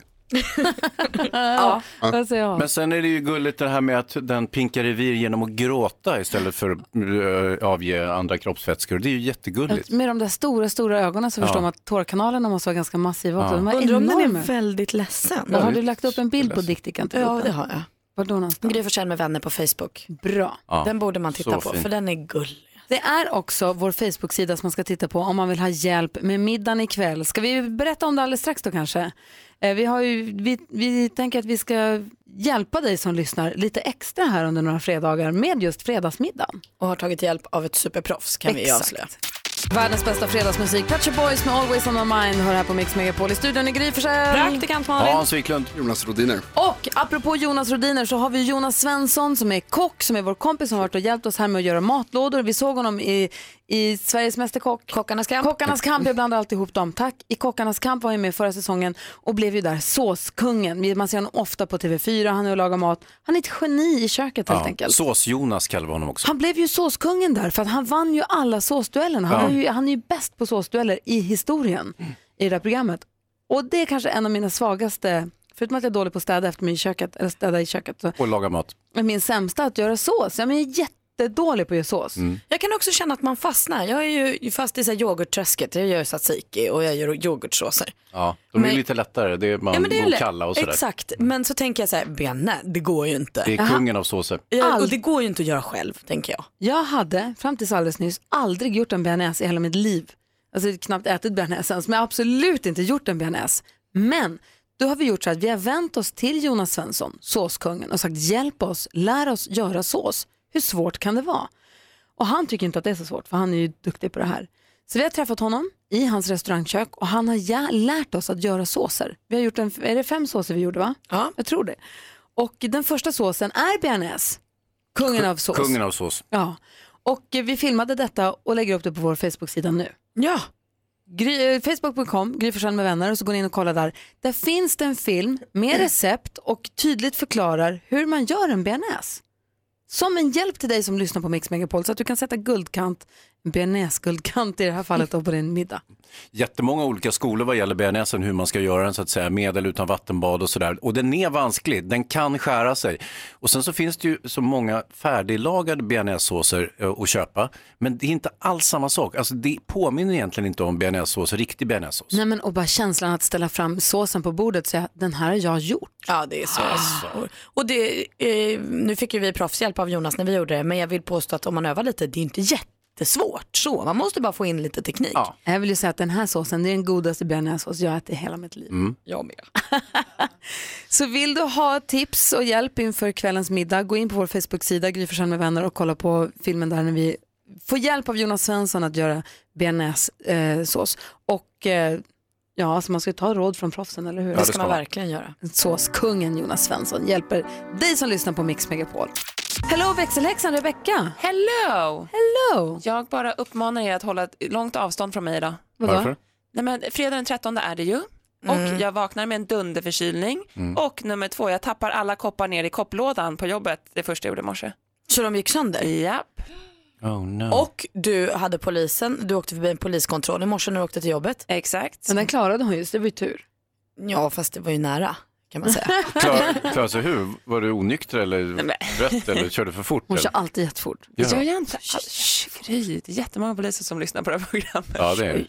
A: ja. Vad säger jag?
C: Men sen är det ju gulligt det här med att den pinkar revir genom att gråta istället för att eh, avge andra kroppsvätskor. Det är ju jättegulligt.
A: Med de där stora, stora ögonen så
C: Ja.
A: förstår man att tårkanalerna måste vara ganska massiva också.
C: Ja.
A: De är
D: Undrar om den är
A: enorma.
D: väldigt ledsen.
A: Och har du lagt upp en bild på Dick Dick Antilopen?
D: Ja, det har jag.
A: Var då någonstans?
D: Gry Forssell med vänner på Facebook.
A: Bra.
D: Ja, Den borde man titta så på, fin. för den är gullig.
A: Det är också vår Facebook-sida som man ska titta på om man vill ha hjälp med middagen ikväll. Ska vi berätta om det alldeles strax då kanske? Eh, Vi, har ju, vi, vi tänker att vi ska hjälpa dig som lyssnar lite extra här under några fredagar med just fredagsmiddagen.
D: Och har tagit hjälp av ett superproffs kan vi
A: Exakt.
D: avslöja.
A: Världens bästa fredagsmusik. Pet Shop Boys med Always on my mind hör här på Mix Megapol. I studion är Gry Forssell. Praktikant
C: Wiklund.
I: Jonas Rodiner.
A: Och apropå Jonas Rodiner så har vi Jonas Svensson som är kock, som är vår kompis som har varit och hjälpt oss här med att göra matlådor. Vi såg honom i, i Sveriges Mästerkock. Kockarnas kamp. Kockarnas kamp, jag blandar alltid ihop dem. Tack. I Kockarnas kamp var han ju med förra säsongen och blev ju där såskungen. Man ser honom ofta på TV4, han är och lagar mat. Han är ett geni i köket helt enkelt.
C: Sås-Jonas kallar vi honom också.
A: Han blev ju såskungen där för att han vann ju alla såsduellerna. Han,
C: Ja.
A: var ju, han är ju bäst på såsdueller i historien i det här programmet. Och det är kanske en av mina svagaste, förutom att jag är dålig på att städa efter mig i köket, eller städa i köket, så
C: Och lagar mat.
A: är min sämsta att göra sås. Jag är jättedålig på att göra sås.
C: Mm.
D: Jag kan också känna att man fastnar. Jag är ju fast i så här yoghurtträsket. Jag gör tzatziki och jag gör yoghurtsåser.
C: Ja, de är
D: Men-
C: lite lättare. Det är man
D: Ja, men det är
C: går
D: lätt.
C: kalla och sådär.
D: Exakt, men så tänker jag så här, bene, det går ju inte.
C: Det är kungen av såser.
D: Ja, och det går ju inte att göra själv, tänker jag.
A: Jag hade fram tills alldeles nyss aldrig gjort en bearnaise i hela mitt liv. Alltså jag har knappt ätit bearnaise ens, men jag har absolut inte gjort en bearnaise. Men då har vi gjort så att vi har vänt oss till Jonas Svensson, såskungen, och sagt hjälp oss, lär oss göra sås. Hur svårt kan det vara? Och han tycker inte att det är så svårt, för han är ju duktig på det här. Så vi har träffat honom i hans restaurangkök och han har jä- lärt oss att göra såser. Vi har gjort en, är det fem såser vi gjorde va?
D: Ja.
A: Jag tror det. Och den första såsen är bearnaise, kungen av sås.
C: Kungen av sås.
A: Ja, och eh, vi filmade detta och lägger upp det på vår Facebook-sida nu. eh,
D: Ja.
A: Facebook.com, Gry Forssell med vänner, och så går ni in och kollar där. Där finns det en film med recept och tydligt förklarar hur man gör en bearnaise. Som en hjälp till dig som lyssnar på Mix Megapol så att du kan sätta guldkant bearnaisesguldkant i det här fallet då på din middag.
C: jättemånga olika skolor vad gäller bearnaisen, hur man ska göra den så att säga, med eller utan vattenbad och sådär. Och den är vansklig, den kan skära sig. Och sen så finns det ju så många färdiglagade bearnaisesåser eh, att köpa, men det är inte alls samma sak. Alltså det påminner egentligen inte om bearnaisesås, riktig bearnaisesås.
A: Nej men och bara känslan att ställa fram såsen på bordet och säga den här har jag gjort.
O: Ja, det är så. Och det, eh, nu fick ju vi proffshjälp av Jonas när vi gjorde det, men jag vill påstå att om man övar lite, det är inte jättesvårt så. Man måste bara få in lite teknik.
A: Jag vill ju säga att den här såsen det är den godaste bearnaisesås jag har ätit i hela mitt liv.
C: Mm.
O: Jag med.
A: Så vill du ha tips och hjälp inför kvällens middag, gå in på vår Facebook-sida Gry Forssell med vänner och kolla på filmen där när vi får hjälp av Jonas Svensson att göra bearnaisesås. Och eh, ja, så man ska ju ta råd från proffsen, eller hur?
O: Det ska man verkligen göra.
A: Såskungen Jonas Svensson hjälper dig som lyssnar på Mix Megapol. Hello växelhäxan Rebecca.
B: Hello!
A: Hello!
B: Jag bara uppmanar er att hålla ett långt avstånd från mig idag.
A: Vadå? Varför?
B: Nej, men fredag den 13 är det ju. Och
A: Mm.
B: jag vaknar med en dunderförkylning.
A: Mm.
B: Och nummer två, jag tappar alla koppar ner i kopplådan på jobbet det första jag gjorde i morse.
O: Så de gick sönder?
B: Ja.
C: Oh no.
O: Och du hade polisen, du åkte förbi en poliskontroll i morse när du åkte till jobbet.
B: Exakt.
A: Men den klarade hon just, det var ju tur.
O: Ja, fast det var ju nära kan man säga.
C: Klar, klar sig hur? Var du onykter eller trött eller körde för fort?
A: Hon kör
C: eller?
A: alltid jättefort.
C: Ja.
B: Det gör jag inte alls. Gry, det är jättemånga poliser som lyssnar på det här programmet.
C: Ja, det är det.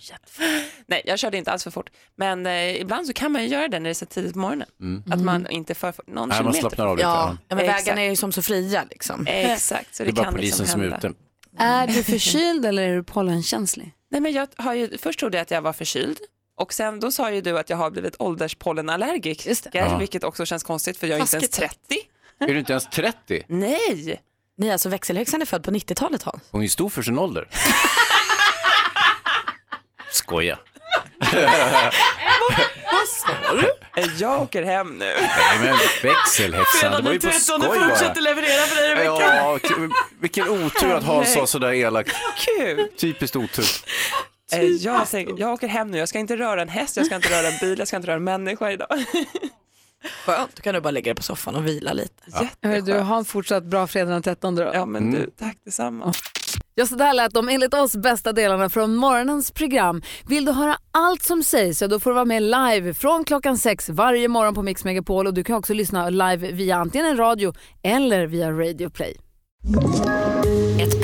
B: Nej, jag körde inte alls för fort. Men eh, ibland så kan man ju göra det när det är så tidigt på morgonen.
C: Mm.
B: Att man inte för någon
C: Nej, man
B: kilometer.
C: slappnar av lite, ja.
O: Ja, men vägarna är ju som så fria liksom.
B: Exakt, så det,
C: Det är bara
B: kan
C: polisen
B: liksom
C: som är
B: hända.
C: ute.
A: Är du förkyld eller är du pollenkänslig?
B: Nej, men jag har ju, först trodde jag att jag var förkyld och sen då sa ju du att jag har blivit ålderspollenallergiker,
C: Ja.
B: vilket också känns konstigt för jag är inte ens 30.
O: Taskigt.
C: Är du inte ens 30?
B: Nej!
O: Nej, alltså växelhäxan är född på 90-talet Hans.
C: Hon är stor för sin ålder. Skoja.
B: Vad sa du? Eh, Jag åker hem nu.
C: Nej men växelhäxan, det
B: Fredag
C: var ju
B: den
C: på
B: 13
C: skoj bara.
B: fortsätter leverera för dig Rebecka.
C: Ja, k- vilken otur att Hans sa sådär elakt.
B: Kul!
C: Typiskt otur.
B: Eh, Jag, tänker, jag åker hem nu, jag ska inte röra en häst, jag ska inte röra en bil, jag ska inte röra en människa idag.
O: Skönt, då kan du bara lägga dig på soffan och vila lite.
A: Hörru, du har en fortsatt bra fredag den 13 då.
B: Ja men
C: Mm.
B: du, tack detsamma.
A: Ja, så där lät de enligt oss bästa delarna från morgonens program. Vill du höra allt som sägs så då får du vara med live från klockan sex varje morgon på Mix Megapol och du kan också lyssna live via antingen en radio eller via Radio Play.
F: Ett